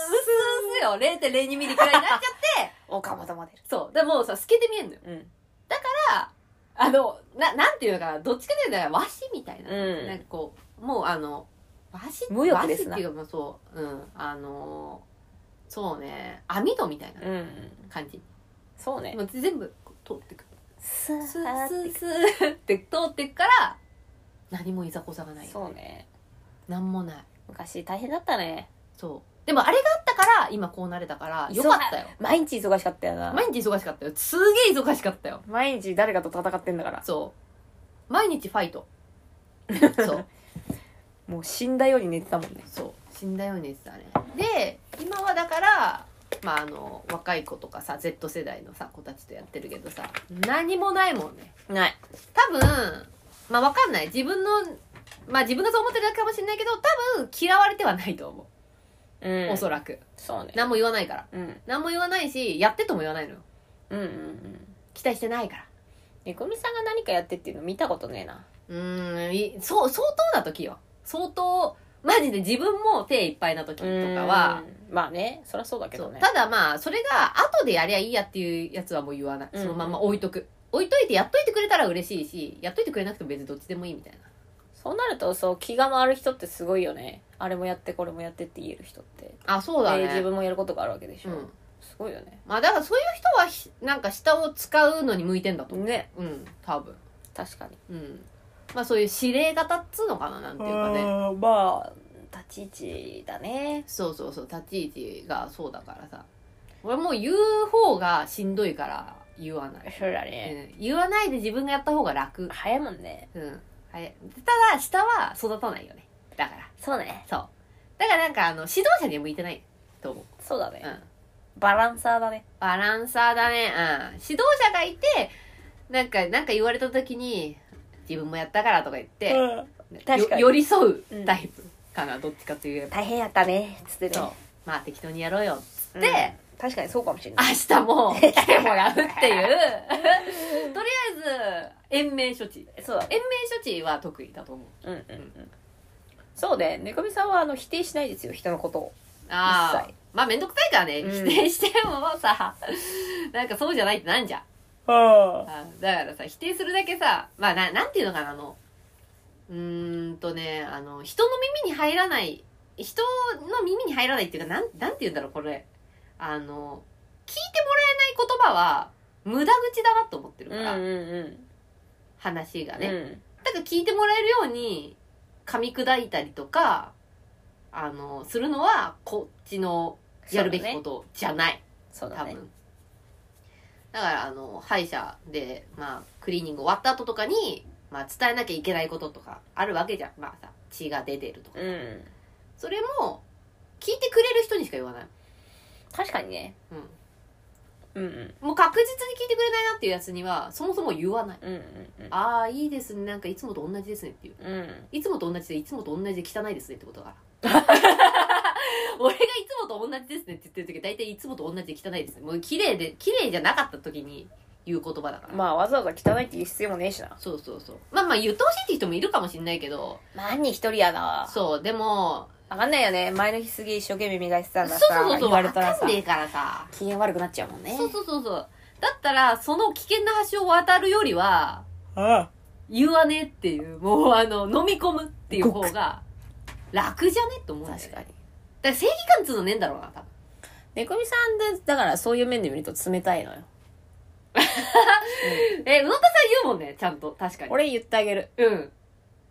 いよ。0.02ミリくらいになっちゃって、
おかまどまでる。
そう。でもうさ、透けて見えんのよ。
うん。
あの、な、なんていうのかな、どっちかというと、和紙みたいな。
うん
なんかこう、もうあの、和紙
無欲ですな
和紙っていうか、まあそう、うん。あのーそうね、網戸みたいな
うん。
感じ。
そうね
も。う全部こう通ってく。
ス
ス
ー
ー
っ
ス
て
ースーって通ってくから、何もいざこざがない。
そうね。
なんもない。
昔大変だったね。
そう。でもあれがあったから、今こうなれたから、よかったよ。
毎日忙しかったよな。
毎日忙しかったよ。すげえ忙しかったよ。
毎日誰かと戦ってんだから。
そう。毎日ファ イト。そう。
もう死んだように寝てたもんね。
そう死んだように言ってたねで今はだからまああの若い子とかさ Z 世代のさ子たちとやってるけどさ何もないもんね
ない。
多分まあわかんない自分のまあ自分がそう思ってるだけかもしれないけど多分嫌われてはないと思
う
う、
ん。
おそらく
そうね。
何も言わないから
うん。
何も言わないしやってとも言わないのよ
うんうんうん。
期待してないから
ねこみさんが何かやってっていうの見たことねえな。
うーんいそう相当な時よ相当マジで自分も手いっぱいな時とかは
うん。まあね、そりゃそうだけ
そ
ど
う
ね。
ただまあそれが後でやりゃいいやっていうやつはもう言わない
うん
そのまんま置いとく、置いといてやっといてくれたら嬉しいしやっといてくれなくても別にどっちでもいいみたいな
そうなると、そう、気が回る人ってすごいよね。あれもやって、これもやってって言える人って。
あそうだね、
で自分もやることがあるわけでしょ。
うん
すごいよね。
まあだからそういう人はひなんか下を使うのに向いてんだと思
ね。
ううん多分
確かに。
うんまあそういう指令型っつうのかななんていうかね
うーんまあ、立ち位置だね。
そうそうそう立ち位置がそうだからさ俺もう言う方がしんどいから言わない、
そうだ
う
ね。
ん、言わないで自分がやった方が楽
早いもんね。
うん。はい。ただ、下は育たないよね。だから。
そうね。
そう。だからなんか、あの、指導者には向いてないと思う。
そうだ
う
ね。
ん。
バランサーだね。
バランサーだね。うん。指導者がいて、なんか、なんか言われた時に、自分もやったからとか言って、
確かに
よ寄り添うタイプかな、どっちかといえば。
大変やったね。つってね。
そう。まあ、適当にやろうよ。
うん
で
確かにそうかもしれない。
明日 も来てもらうっていう。とりあえず、延命処置。
そうだね。
延命処置は得意だと思う。
うんうんうん。そうね。猫みさんは、あの、否定しないですよ、人のことを。
あ
一
あ
切
まあめんどくさいからね、
うん
否定してもさなんかそうじゃないってなんじゃん
あ
あーだからさ否定するだけさまあななんていうのかなあのうーんとねあの人の耳に入らない人の耳に入らないっていうかなんなんて言うんだろうこれあの聞いてもらえない言葉は無駄口だなと思ってる
う
か
んうん
ら、
うん。
話がね、
ね。
だから聞いてもらえるように噛み砕いたりとかあのするのはこっちのやるべきことじゃない、
そう
多
だ
分
ね。
だからあの歯医者で、まあ、クリーニング終わった後とかに、まあ、伝えなきゃいけないこととかあるわけじゃんまあさ血が出てるとか、
うん。
それも聞いてくれる人にしか言わない、
確かにね。
う
うんうん。
ん、もう確実に聞いてくれないなっていうやつにはそもそも言わない
うんうん
ああいいですねなんかいつもと同じですねっていう
うん。うん。
いつもと同じでいつもと同じで汚いですねってことだから 俺がいつもと同じですねって言ってる時は大体いつもと同じで汚いですねもう綺麗で綺麗じゃなかった時に言う言葉だから、
まあ、わざわざ汚いって言う必要もねえしな。
そうそうそうまあまあ言ってほしいって人もいるかもしれないけど
何人一人やな。
そうでも
わかんないよね。前の日すげえ一生懸命磨いてた
そ
んだ
う
さ。
そうそうそう
言われ
分
たら
か
さ
んね。えからさ、
機嫌悪くなっちゃうもんね。
そうそうそうそうだったらその危険な橋を渡るよりは
あ
言わねえっていうもうあの飲み込むっていう方が楽じゃねと思うんだよね
確かに。
だから正義感っつうのねえんだろうな多分
猫みさんで、だからそういう面で見ると冷たいのよ。
え、うのたさん言うもんね、ちゃんと。確かに。
俺言ってあげる。
うん。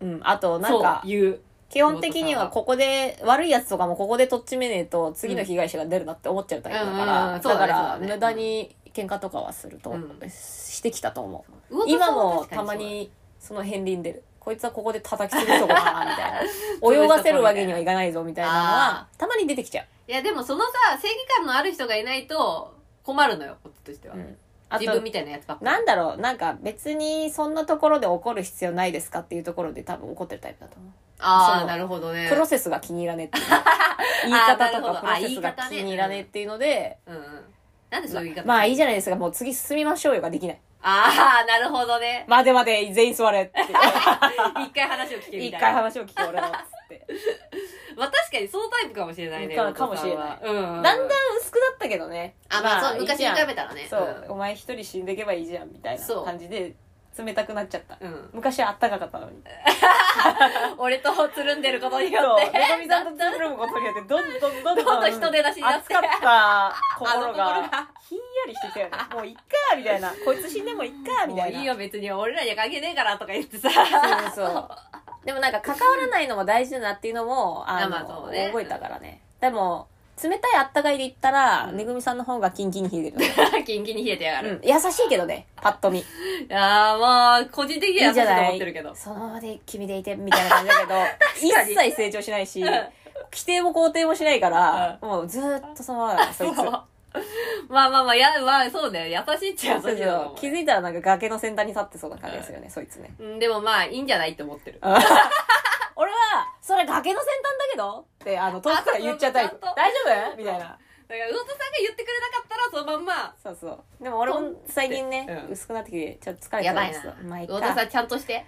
うん。あと、なん
そう
か、
言う。
基本的にはここで、悪いやつとかもここでとっちめねえと、次の被害者が出るなって思っちゃうタイプだか
うんうんう
ら、
んそう
だ
だ
か
ね
ら、
そうだね
無駄に喧嘩とかはすると、
うん
してきたと思う。
魚田
今
さんは
も
確か
た
そう
ま
だ。
に、その片鱗出る。こいつはここで叩きつぶしとこうかな、みた いな。泳がせるわけにはいかないぞ、みたいなの
あ
は、たまに出てきちゃう。
いや、でもそのさ、正義感のある人がいないと、困るのよ、こっちとしては
う。ん、あ
自分
と
みたいなやつばっか。
なんだろうなんか別にそんなところで怒る必要ないですかっていうところで多分怒ってるタイプだと思う
あ
そ
あ、
う
なるほどね。
プロセスが気に入らねえっていう 言い方とかプロ
あなるほどあ
セスが気に入らねえっていうので、
うんうん。なんでそういう言い方
まあいいじ
ゃん。
ゃないですかもう次進みましょうよができない
ああ、なるほど ね。
までまで全員座れ って
一回話を聞けみ
一
たい
回
な。
話を聞け俺のっつ って
まあ確かにそのタイプかもしれないね。
かかもしれない
お父さんはうんうん。
だんだん薄くなったけどね
あ、まあそう、
いい
昔
じ
に
ゃん
比べたらね。
そう、お前一人死んでいけばいいじゃんみたいな
そう
感じで冷たくなっちゃった
うん。 うん。
昔はあったかかった のに
俺とつるんでることによ
そう
っ
め
て。
こみさんとつるむことによってどんどんどん
どん
ど
ど
ん
ん人出だしになっ
熱
て
かった心
あ
が
の心が
ひんやりしてきたよねもういっかみたいなこいつ死んでもいっかみ
も
た
う
いない
いよ別に俺らには関係ねえからとか言っ てさ。
そうそうそうでもなんか関わらないのも大事だなっていうのもあの、
まあそうね
覚えたからねでも冷たいあったかいで言ったら、
うん
めぐみさんの方がキンキンに冷えてる、
キンキンに冷えてやが
う
る。
ん、優しいけどねパッと見い
いやーまあ、個人的
い
に
じ
は
ゃ
優しいと
な
思
い
ってるけど。
そのままで君でいてみたいな感じ だけど
かに
一切成長しないし規定も肯定もしないから、もうずーっとそのままだからそい つ
そうまあまあまあ、や、まあそうね、優しいっちゃ優し
そう
い
そ
のか
う
も
気づいたらなんか崖の先端に立ってそうな感じですよね、そいつね
うんでもまあ、いいんじゃないって思ってる。
俺はそれ崖の先端だけどってあの遠くから言っちゃうタイプ
あそうそう
大丈 夫みたいな
だから、魚田さんが言ってくれなかったら、そのまんま、
そうそうでも俺も最近ね、
うん
薄くなってきてちょっと疲れて
や
た
ば
ん
い
ですよ
な。
毎
魚田さ
回
んちゃんとして。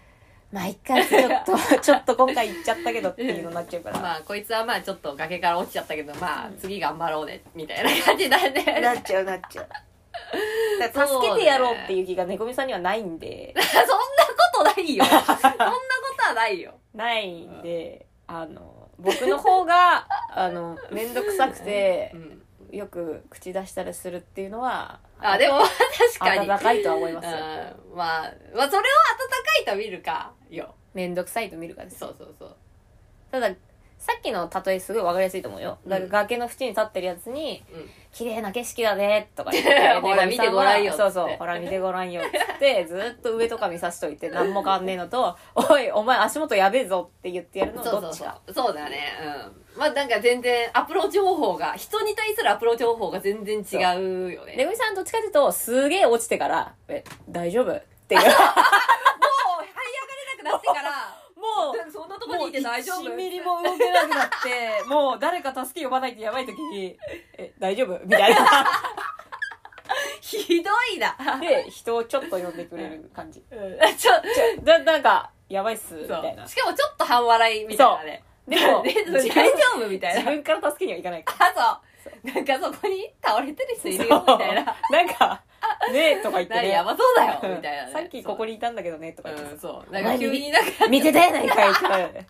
毎回ちょっ とちょっと今回行っちゃったけどっていうのになっちゃうから、
まあ、こいつはまあ、ちょっと崖から落ちちゃったけど、まあ、次頑張ろうね、みたいな感じだ ね。
なっちゃうなっ ちゃうだから助けてやろうっていう気がねこみさんにはないんで
そんなことないよ。そんなことはないよ。
ないんで、あの僕の方が あの面倒くさくて
う、ん。
よく口出したりするっていうのは
あ、でも、まあ確かに。
温かいとは思いますよ
うんまあ、まあ、それを温かいと見るか、よ。
面倒くさいと見るからです
そうそうそう。
たださっきの例えすごい分かりやすいと思うよだから崖の縁に立ってるやつに
うん。
「綺麗な景色だね」とか言っ
ほら
て
見てごらんよっつって
そうそうほら見てごらんよっつ ってずっと上とか見さしといて何も変わんねえのと「おいお前足元やべえぞ」って言ってやるの
そ
ど
うそ
っ
う
ち
そ
か
う。そうだね。うん。まあなんか全然アプローチ方法が、人に対するアプローチ方法が全然 違うよね。
めぐみさんどっちかというとすげえ落ちてから「え大丈夫?」 っていう
もう、這い上がれなくなってから、
も
そんなと
も
こに
う
いて大丈夫
1ミリも動けなくなって、もう誰か助け呼ばないってやばい時に、え、大丈夫みたいな。
ひどいな。
で、人をちょっと呼んでくれる感じ。
ちょ
だ、なんか、やばいっす、み
そ
た
う
いな。
しかもちょっと半笑いみたいなね。
で も、
ね
自
そ
分
れ大丈夫みたい
自
な。
分から助けにはいかないか
あ、そう。なんかそこに倒れてる人
ら。
いるよみたいな。
そうなんか、ねえとか言って
何
ね。
やばそうだよみたいなね。
さっきここにいたんだけどね、とか
そう。
言っ
う
て
ん、そう。なんか急になんか、
さ。見てたやないかいと かね。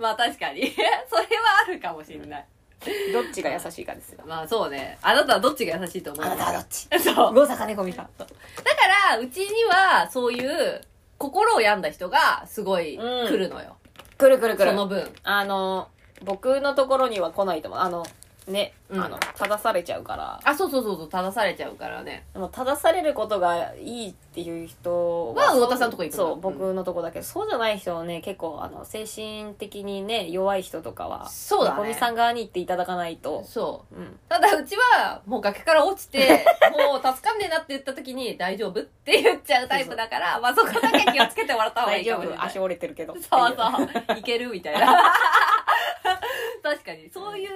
まあ確かに。 それはあるかもしれない。
どっちが優しいかですよ。
まあそうね。あなたはどっちが優しいと思う
あなたはどっち
そう。
五坂ねこみさん。
だから、うちには、そういう、心を病んだ人が、すごい、
うん
来るのよ。
くるくるくる。
その分。
あの、僕のところには来ないと思う。あの、ね、
うん
あの、正されちゃうから。
あ、そうそうそうそう、正されちゃうからね。
でも正されることがいいっていう人
は魚田さんとこ行くの
そうう、
ん
僕のとこだけど、そうじゃない人はね、結構、あの、精神的にね、弱い人とかは、
そうだね
みこみさん側に行っていただかないと、
そう。
うん。
ただ、うちは、もう崖から落ち て、もう助かんねえなって言った時に、大丈夫って言っちゃうタイプだから、まあそこだけ気をつけてもらった方が
大
いいか
丈
もしれ
夫、
ない。
足折れてるけど。
そ
っ
う
てい
そう。いけるみたい な。確かに。そういう、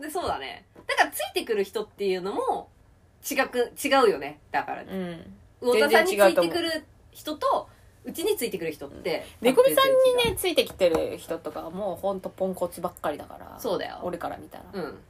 でそうだね。だから、ついてくる人っていうのも、違く、違うよね。だから、
う。うん。
魚田さんに
全
つ
然違
いう
と
て
思う
くる人とうちについてくる人って
ねこみさん
ね
にね、ついてきてる人とかはもうほんとポンコツばっかりだから。
そうだよ
俺から見たら。
うん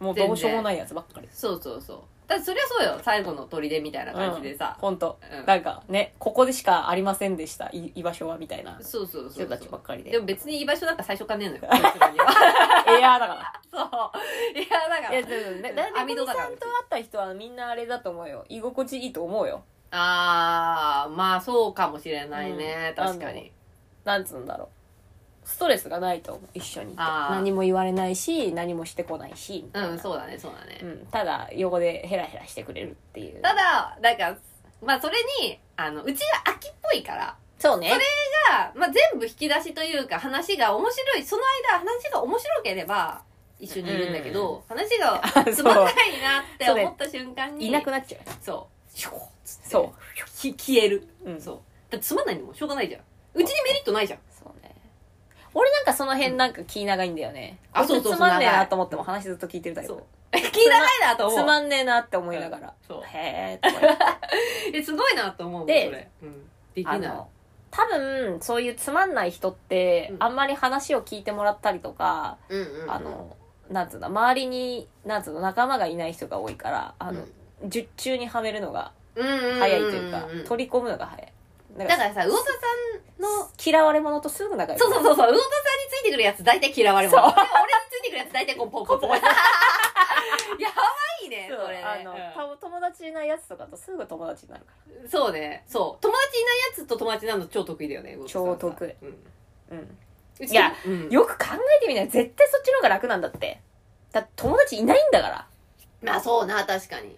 もうどうしようもないやつばっかり。
そうそうそうだってそりゃそうよ最後の砦みたいな感じでさ、
ほんと。
うん
なんかね、ここでしかありませんでした、い居場所はみたいな
そうそうそ
人
うそ
たちば
う
っかりで。
でも別に居場所なんか最初からね えのよこいつらには
エアーだか。
そういやだからら
いや、でも、ね、だ
うん網戸
だ
だ
から。さ
から
んと会った人はみんなあれだと思うよ。居心地いいと思うよ。
あーまあそうかもしれないね、
うん
確かに
なんつうんだろう。ストレスがないと思う。一緒にいて。
あー
何も言われないし、何もしてこないし、みたいな
うんそうだねそうだね、
うんただ、横でヘラヘラしてくれるっていう。
ただなんかまあそれにあのうちが秋っぽいから
そうね。
が、まあ、全部引き出しというか話が面白いその間話が面白ければ一緒にいるんだけど、
う
話が
そう
つまんないなって思った瞬間に
いなくなっちゃう
そうシュコッつって
そ
き消える、
う、うん、
そうだってつまんないんだもんしょうがないじゃんうちにメリットないじゃん
そうね。俺なんかその辺なんか気長いんだよね。
うんあ
こいつ
そうそうそう
つまんねえ
長い
なと思っても話ずっと聞いてるタイ
そ
プ
う。気長いなと思う
つまんねえなって思いながら。
そう
へえって思いながら。
えすごいなと思うもん
で
それ、うん、できな
あ
い
の、多分そういうつまんない人って
うん、
あんまり話を聞いてもらったりとか、
うんうんうん
あの、なんつうの、周りに、なんつうの、仲間がいない人が多いから、あの、術中にはめるのが
うんうんうんうん
早いというか、
んん
取り込むのが早い。だ
だ
から
からさ魚田さんの
嫌われ者とすぐ仲良く
そうそうそうそう魚田さんについてくるやつ大体嫌われます
そう
でも俺についてくるやつ大体こうポンポン ポンやばいね
そう
それね
あの、
うん
た友達いないやつとかとすぐ友達になるから。
そうねそう友達いないやつと友達なの超得意だよね魚田さんさ
超得意
うん
うん。
うち
いや
うん
よく考えてみない絶対そっちの方が楽なんだって。だって友達いないんだから。
まあそうな確かに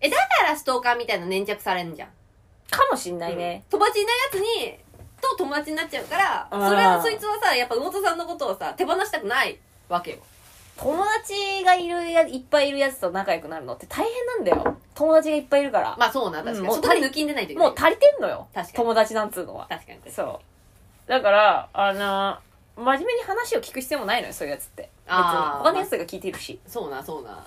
えだからストーカーみたいな粘着されんじゃん
かもしんないね。
うん友達いないやつにと友達になっちゃうから
あー
それはそいつはさやっぱ魚田さんのことをさ手放したくないわけよ
友達がいるや、いっぱいいるやつと仲良くなるのって大変なんだよ。友達がいっぱいいるから。
まあそうな確かに、
うんもう
そこに抜きんでないといけない
もう足りてんのよ。
確かに
友達なんつうのは。
確かに確かに
そう。だから、あの真面目に話を聞く必要もないのよ、そういうやつって。別に。
あー
他のやつが聞いてるし。
そうなそうな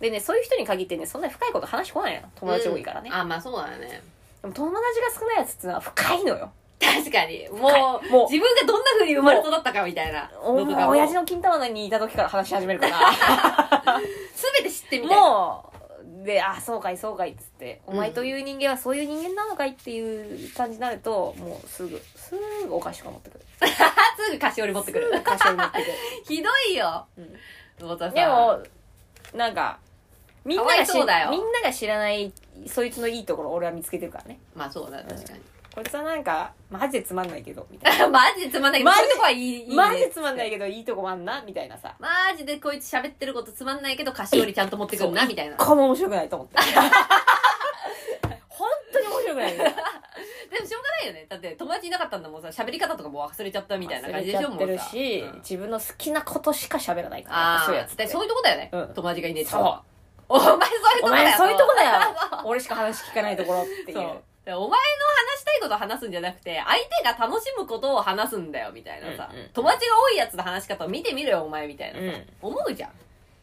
でね、そういう人に限ってね、そんなに深いこと話してこないの。友達多いからね。
うんあまあそうだよね
でも友達が少ないやつってのは深いのよ。
確かにもう
もう
自分がどんな風に生まれ育ったかみたいな
お
のとかも
親父の金玉にいた時から話し始めるから。
全て知ってみたいな
もう、で、あ、そうかい、そうかいっつって、お前という人間はそういう人間なのかいっていう感じになると、もうすぐ、すぐお菓子とか持って くる。
すぐ菓子折り持ってく
す
る
ぐ菓子を持ってくる。
ひどいよ
うん
魚田さん
でも、なんか、みんな
かわ
が
い
知
そうだよ
みんなが知らない、そいつのいいところを俺は見つけてるからね。
まあそうだ確かに
こいつはなんか、マジでつまんないけど、みたい
マジでつまんないけど
マジ
そういうとこはいいいいね
な。マジでつまんないけど、いいとこもあんな、みたいなさ。
マジでこいつ喋ってることつまんないけど菓子折りちゃんと持ってくるなみたいな
こも面白くないと思 って。 本当に面白くないんだよ
でもしょうがないよねだって友達いなかったんだもんさ喋り方とかもう忘れちゃったみたいな感じでしょ
忘
も
れ
う
ちゃ
さ
ってるし、
うん
自分の好きなことしか喋らないからやっぱ
ああ
そういうやつって
でそういうとこだよね、
うん
友達がいねえって
そう
とこお前そういうと
お
こだよ
前そういうとこだよ俺しか話聞かないところっていう
そうだからお前の話したいことを話すんじゃなくて相手が楽しむことを話すんだよみたいなさ、
うんうん
友達が多いやつの話し方を見てみろよお前みたいなさ、
うん
思うじゃん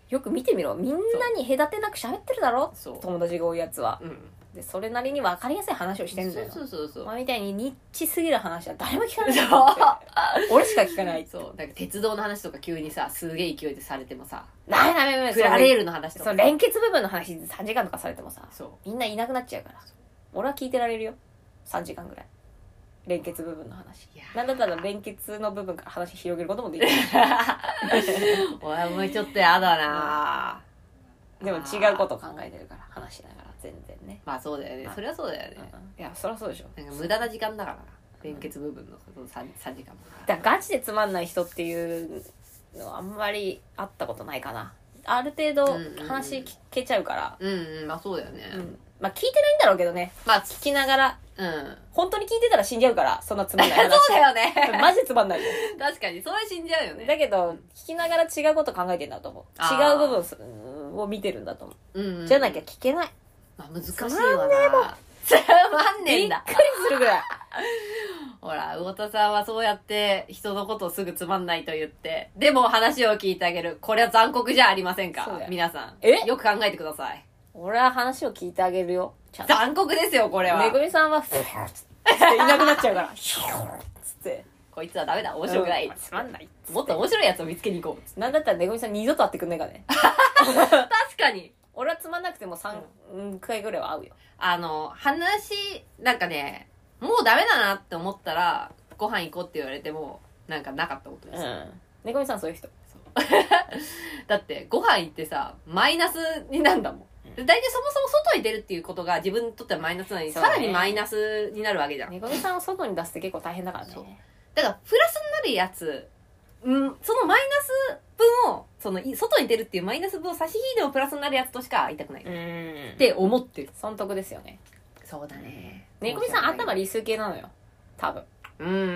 よく見てみろみんなに隔てなく喋ってるだろ
そう
友達が多いやつは
うん
でそれなりに分かりやすい話をしてんだよ
そうそうそう
お
そう
前みたいにニッチすぎる話は誰も聞かないと思って俺しか聞かない
そうだから鉄道の話とか急にさすげえ勢いでされてもさ
ダメダメダメ
プラレー
ル
ルの話と
そ
か
の連結部分の話3時間とかされてもさ
そう
みんないなくなっちゃうから俺は聞いてられるよ3時間ぐらい連結部分の話
いや
なんだったら連結の部分から話広げることもできる
お前もうちょっとやだな
でも違うこと考えてるから話しながら全然ね、
まあそうだよねそれはそうだよ
うん
ね、
いやそりゃそうでしょ
なんか無駄な時間だからな連結部分のその 3, 3時間も
だからガチでつまんない人っていうのはあんまり会ったことないかなある程度
うんうんうん
話聞けちゃうから、
うんうんまあそうだよね、
うんまあ聞いてないんだろうけどね
まあ
聞きながら
うん
本当に聞いてたら死んじゃうからそんなつまんない
そう
話
だよね
マジでつまんないよ
確かにそれ死んじゃうよね
だけど聞きながら違うこと考えてんだと思う
あ
違
ー
う部分すうんを見てるんだと思う、
うんうん
じゃなきゃ聞けない
まあ難しいわな つまんねえんだ
びっくりするぐらい
ほら魚田さんはそうやって人のことをすぐつまんないと言ってでも話を聞いてあげるこれは残酷じゃありません
そうだ
か
よ
皆さん
え
よく考えてください
俺は話を聞いてあげるよちゃんと
残酷ですよこれは
めぐみ さんはふーっつっていなくなっちゃうからひょーっ つって
こいつはダメだ面白くない、
うんつまんない
もっと面白いやつを見つけに行こう
なんだったらめぐみさん二度と会ってくんないからね
確かに
俺はつまんなくても3回ぐらいは会うよ
あの話なんかねもうダメだなって思ったらご飯行こうって言われてもなんかなかったことです、
めぐみさんそういう人
だってご飯行ってさマイナスになんだもんで大体そもそも外に出るっていうことが自分にとってはマイナスなのに、
そうね
さらにマイナスになるわけじゃん
めぐみさんを外に出すって結構大変だからね
そうだからプラスになるやつ、うん、そのマイナス分をそのい外に出るっていうマイナス分を差し引いてもプラスになるやつとしか会いたくない、
う
っ
んで
て思ってる
損得ですよね
そうだね
めぐみさん頭理数系なのよ多分
うんうんうんうんう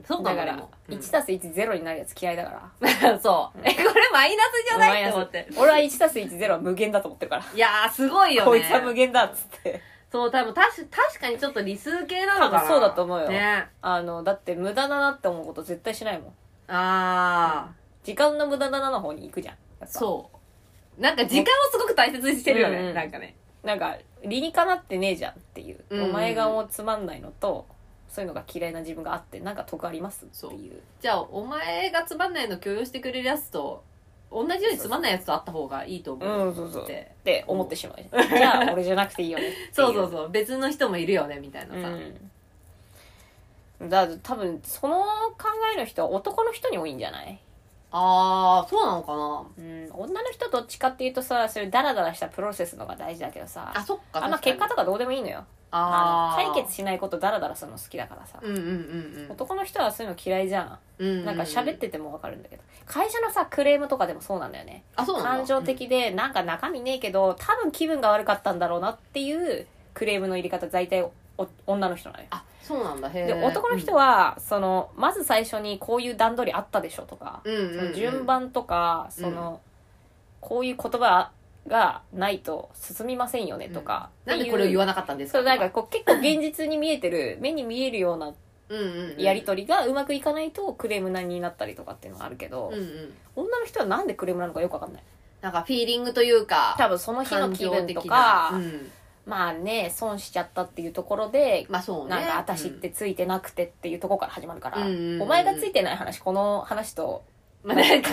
ん。そう
だ
かも
か
で
ら
も。うん
1たす1ゼロになるやつ嫌いだから
そう。え、これマイナスじゃないと思って。
俺は1たす1ゼロは無限だと思ってるから
いやー、すごいよね。
こいつは無限だっつって
そう、多分確確かにちょっと理数系なのか
多
な。
分そうだと思うよ
ね。
あのだって無駄だなって思うこと絶対しないもん
あ
時間の無駄だなの方に行くじゃんやっぱ
ー。そう。なんか時間をすごく大切にしてるよね。
うんうん
なんかね。
なんか理にかなってねえじゃんっていう、
うん
お前がもうつまんないのとそういうのが嫌いな自分があってなんか得ありますっていう
じゃあ、お前がつまんないの許容してくれるやつと、同じようにつまんないやつとあった方がいいと思
う
う。
んそうそう
って
って思ってしまう、じゃあ俺じゃなくていいよねってい
そうそうそう。別の人もいるよね、みたいなさ。
うん、だから多分その考えの人は男の人に多いんじゃない、
あー、そうなのかな。
うん、女の人どっちかっていうとさそういうダラダラしたプロセスのが大事だけどさ
あ、そっか。
あんま
確
結果
かに
とかどうでもいいのよ
あ
あ
ー
の解決しないことダラダラするの好きだからさ、
うんうんうん
男の人はそういうの嫌いじゃん
うん。うう
なんか喋っ。ててもわかるんだけど会社のさクレームとかでもそうなんだよね
あ、そうなんだ
感情。的でなんか中身ねえけど多分気分が悪かったんだろうなっていうクレームの入れ方大体お女の人なのよ
あ、そうなんだ。へ
で
え。
男の人は、そのまず最初にこういう段取りあったでしょとか、
うん、う
そ
んうんう
の
ん、
順番とかその、こういう言葉がないと進みませんよねとか、
なんでこれを言
わ
わなかったんです
そ
か
うなんかこう結構現実に見えてる目に見えるような
うんうんうん
やり取りがうまくいかないとクレームなになったりとかっていうのがあるけど、
うんうん
女の人はなんでクレームなのかよくわかんない
なんかフィーリングというか
多分その日の
感
気
情
分
的
とか、
なうん、
まあね損しちゃったっていうところで
まあそうね
なんか私って、ついてなくてっていうところから始まるから、
うんうんうんうん
お前がついてない話この話と
うんまあ、関係
関係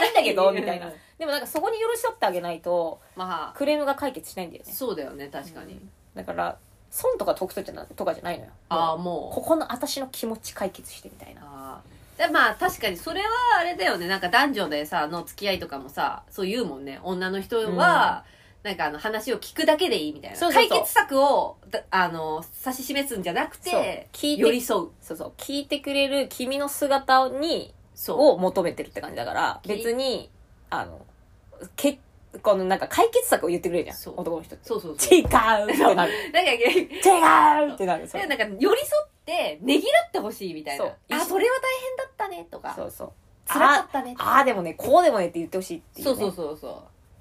ないんだけどみたいなでもなんかそこによろしだってあげないと
まあ
クレームが解決しないんだよね
そうだよね確かに、
だから損とか得とかじゃなとかじゃないのよ
ああ
もう
も
ここの私の気持ち解決してみたいうな
あーでまあ確かにそれはあれだよねなんか男女でさの付き合いとかもさそう言うもんね女の人は、なんかあの話を聞くだけでいいみたいな
そうそうそう
解決策をだあの指し示すんじゃなく
そう
て
聞い
寄り
て
添う
そうそう聞いてくれる君の姿に
そう
を求めてるって感じだから
き
別にあのけこのなんか解決策を言ってくれるじゃ
そ
ん
う
男の人って
そうそうそう
違うってなる
なんか
違うってなるそう
でなんか寄り添ってねぎらってほしいみたいな
そう
あそれは大変だったねとか
そうそう
辛かったねとか
ああでもねこうでもねって言ってほしいっていう、
そ
ね、
うそうそうそう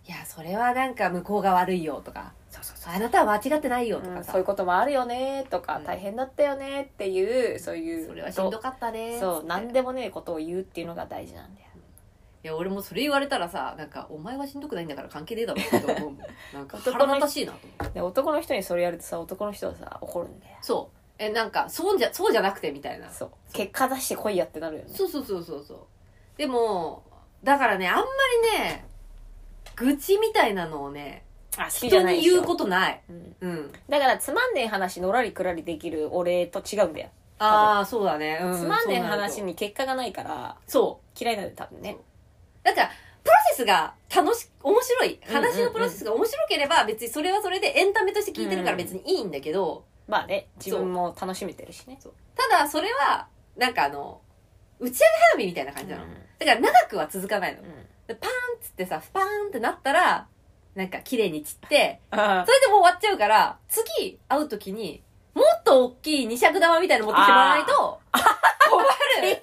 いやそれはなんか向こうが悪いよとか
そうそう
あなたは間違ってないよと
う
か
ん
さ、
そういうこともあるよねとか、
うん
大変だったよねっていうそういう
それはしんどかったね
そう何
い
でもねえことを言うっていうのが大事なんだよ
や俺もそれ言われたらさなんかお前はしんどくないんだから関係ねえだろって思うもんなんか
男
腹
の
立たしいなと思って
で男の人にそれやるとさ男の人はさ怒るんだよ
そうえなんかそうじゃそうじゃなくてみたいな
そう結果出してこいやってなるよね
そうそうそうそうそうでもだからねあんまりね愚痴みたいなのをね
あ好きじ
人
ゃない
に
でしょ
言うことない
うん
うん
だからつまんねえ話のらりくらりできる俺と違うんだよ、
ああそうだね、うん、
つまんねえ話
そうなる
に結果がないから
とそう
嫌いなんだよ多分ね
だからプロセスが楽し面白い話のプロセスが面白ければ別にそれはそれでエンタメとして聞いてるから別にいいんだけど、
まあね自分も楽しめてるしね
ただそれはなんかあの打ち上げ花火みたいな感じなの、
うん
だから長くは続かないの
うん
つってさパーンってなったらなんか綺麗に散って
あ
それでもう終わっちゃうから次会う時にもっと大きい二尺玉みたいなの持ってきてもらわないと困る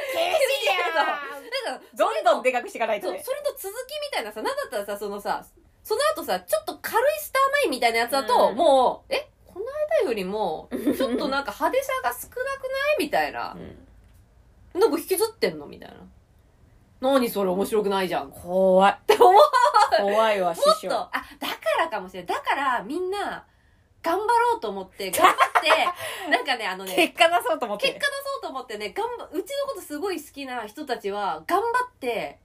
なんか
どんどんでかくしていかない
そ
と
う、
ね
それと続きみたいなさ、なんだったらさ、そのさ、その後さ、ちょっと軽いスターマインみたいなやつだと、
うん
もう、えこの間よりも、ちょっとなんか派手さが少なくないみたいな
う。ん
なんか引きずってんのみたいな。何それ面白くないじゃん。もっ
怖い
思う
怖いわ師
と、
匠
あ、だからかもしれない。だから、みんな、頑張ろうと思 って、頑張って、なんかね、あのね、
結果出そうと思って
結果出そうと思ってね、頑張、うちのことすごい好きな人たちは、頑張って、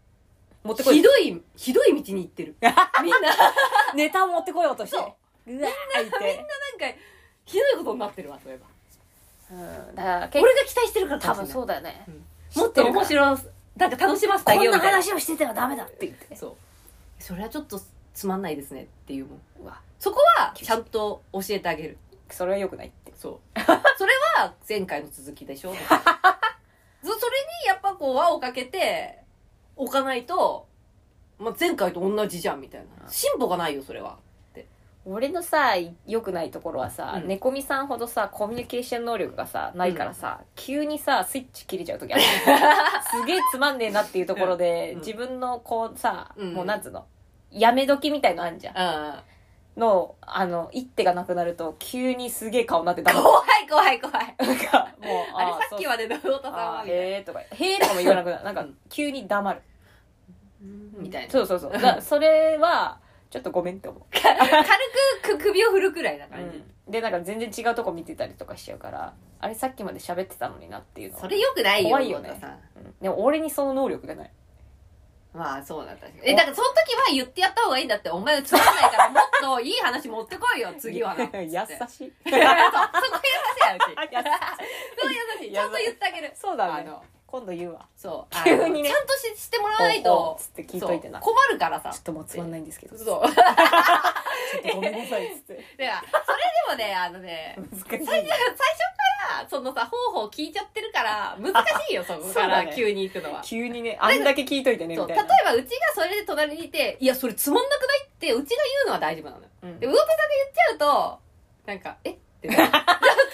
持ってこ
ひ
い
どい、ひどい道に行ってる。みんな。
ネタを持ってこようとして
そう
うわーいて
なんかひどいことになってるわそういえば
うんだから結
俺が期待してるから
多分そううだよね
うん
知
もってと
るから
面白いなんか楽しませてあ
こ
げ
ん
よう
な
みたいな
話をしててはダメだって言って
そうそれはちょっとつまんないですねっていうもん
うわ
そこはちゃんと教えてあげる
それは良くないって
そう それは前回の続 きでしょそそれにやっぱこう輪をかけて置かないと、まあ、前回と同じじゃんみたいな進歩がないよそれは
俺のさ良くないところはさ、
うん
猫みさんほどさコミュニケーション能力がさないからさ、急にさスイッチ切れちゃう時 あるすげえつまんねえなっていうところで、
うん
自分のこうさ、
うん
もうなんつうのやめ時みたいのあんじゃん
あ
のあの一手がなくなると急にすげえ顔になって
あ
たの
怖い怖い怖い。
なんかもう
あれさっき
は
までの太田さんはみたいな。
へえとかへえとかも言わなくなるなんか
うん
急に黙る
みたいな。
そうそうそうだからそれはちょっとごめんって思う
軽くく首を振るくらいな感じ。
うんでなんか全然違うとこ見てたりとかしちゃうからあれさっきまで喋ってたのになっていうのは
それ良くないよ、
怖いよね
太田さん。
うんでも俺にその能力がない
まあそうなんだ確かに。え、だからその時は言ってやった方がいいんだって、お前はつまんないからもっといい話持ってこいよ、次はな。
優
そう
しい
そこ優しいやうち。
優しい
そう優しい。ちゃんと言ってあげる。
そう
あ
だね
の、
今度言うわ
そう。あの
急にね
ちゃんとししてもらわない
おうおう
と
っ、つって聞いといてな
そう困るからさ
ちょ。っともうつまんないんですけど
そう。
ちょ
で、そ
っとごめんなさいっつって
れでもね、あのね、
難しい
最初から、そのさ、方法聞いちゃってるから、難しいよ、そこか
そうだ
ら
ね
急に行くのは。
急にねあんだけ聞いといてね
そ
み
う
た
例
い
え
な
ばうちがそれで隣にいて「いやそれつまんなくない?」ってうちが言うのは大丈夫なのよ
うん
で魚田さんが言っちゃうとなんか「えっ?」てなる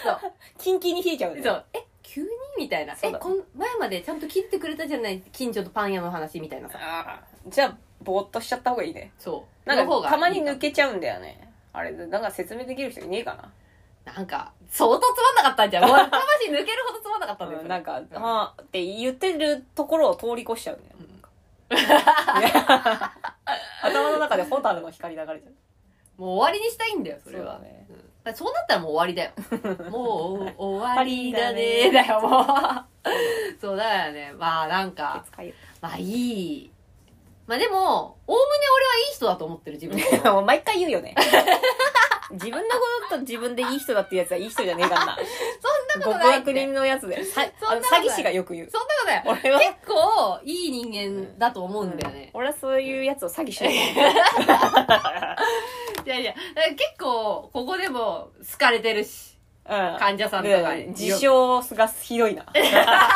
ちょっ
キンキンに冷えちゃう
と
ね
そう「え急に?」みたいな「
そ
え
うだね
こん前までちゃんと聞いてくれたじゃない近所のパン屋の話」みたいなさ
あーじゃあぼーっとしちゃった方がいいね
そう
なん
の方
か
が
たまに抜けちゃうんだよねあれなんか説明できる人いねえかな
なんか相当つまんなかったん じゃんもう魂抜けるほどつまんなかったんだよ
う
そ
ん
れ
なんか、
う
あーって言ってるところを通り越しちゃうんだ よ。
うん
ね頭の中でホタルの光流れちゃう。
もう終わりにしたいんだよそれ
そう
は
だね
んだからそうなったらもう終わりだよもうお終わりだね
終わ
だよもう そうだよねまあなんか
使いよ
まあいい。まあでも、おおむね俺はいい人だと思ってる自分で。
もう毎回言うよね。自分のことと自分でいい人だってやつはいい人じゃねえからな。
そんなこと
極
ないって。
悪人のやつで。さ
そ
あ
んな
の
ことない
詐欺師がよく言う。
そんなことない。
俺は。
結構いい人間だと思うんだよね。
俺はそういうやつを詐欺師だ と思
いやいや、だから結構ここでも好かれてるし、
う。うん。
患者さんと
で
かに。
自称がひどいな。自戦が、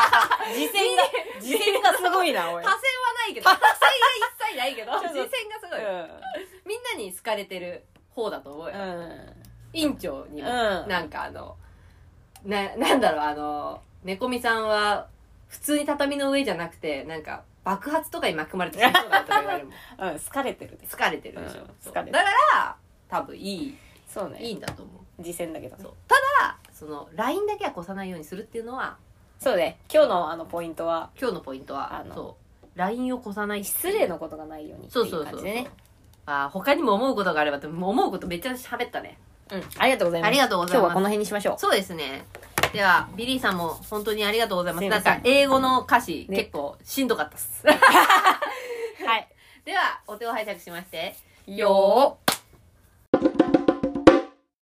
自戦がすごいな、おい。
多戦はないけど、多戦が一切ないけど、
ちょ
自
っと
戦がすごい。みんなに好かれてる方だと思うよ。院長にも、
うん
なんかあの、な、なんだろう、あの、猫みさんは、普通に畳の上じゃなくて、なんか、爆発とかに巻き込まれて死にそうだよとか言 われるもん。
うん。うん、好かれてるね。
疲れてるでしょ
うん。
そう
疲れてる
だから、多分いい、
そうね。
いいんだと思う。
実践だけどね
そうただ、その、LINE だけは越さないようにするっていうのは、
そうね今日のあのポイントは
今日のポイントは
あ、の
そう、LINE を越さない
失礼のことがないようにって
そう
い
そう
う
そう
感
そう
じでね
あー他にも思うことがあればって思うことめっちゃ喋ったね
うんありがとうございます
ありがとうございます
今日はこの辺にしましょ
そうですね。では、ビリーさんも本当にありがとうございますす。
い
な
ま
ん
せん
か、英語の歌詞、
ね
結構し んどかったっす。
うはい
では、お手を拝借しまして、
よ
ー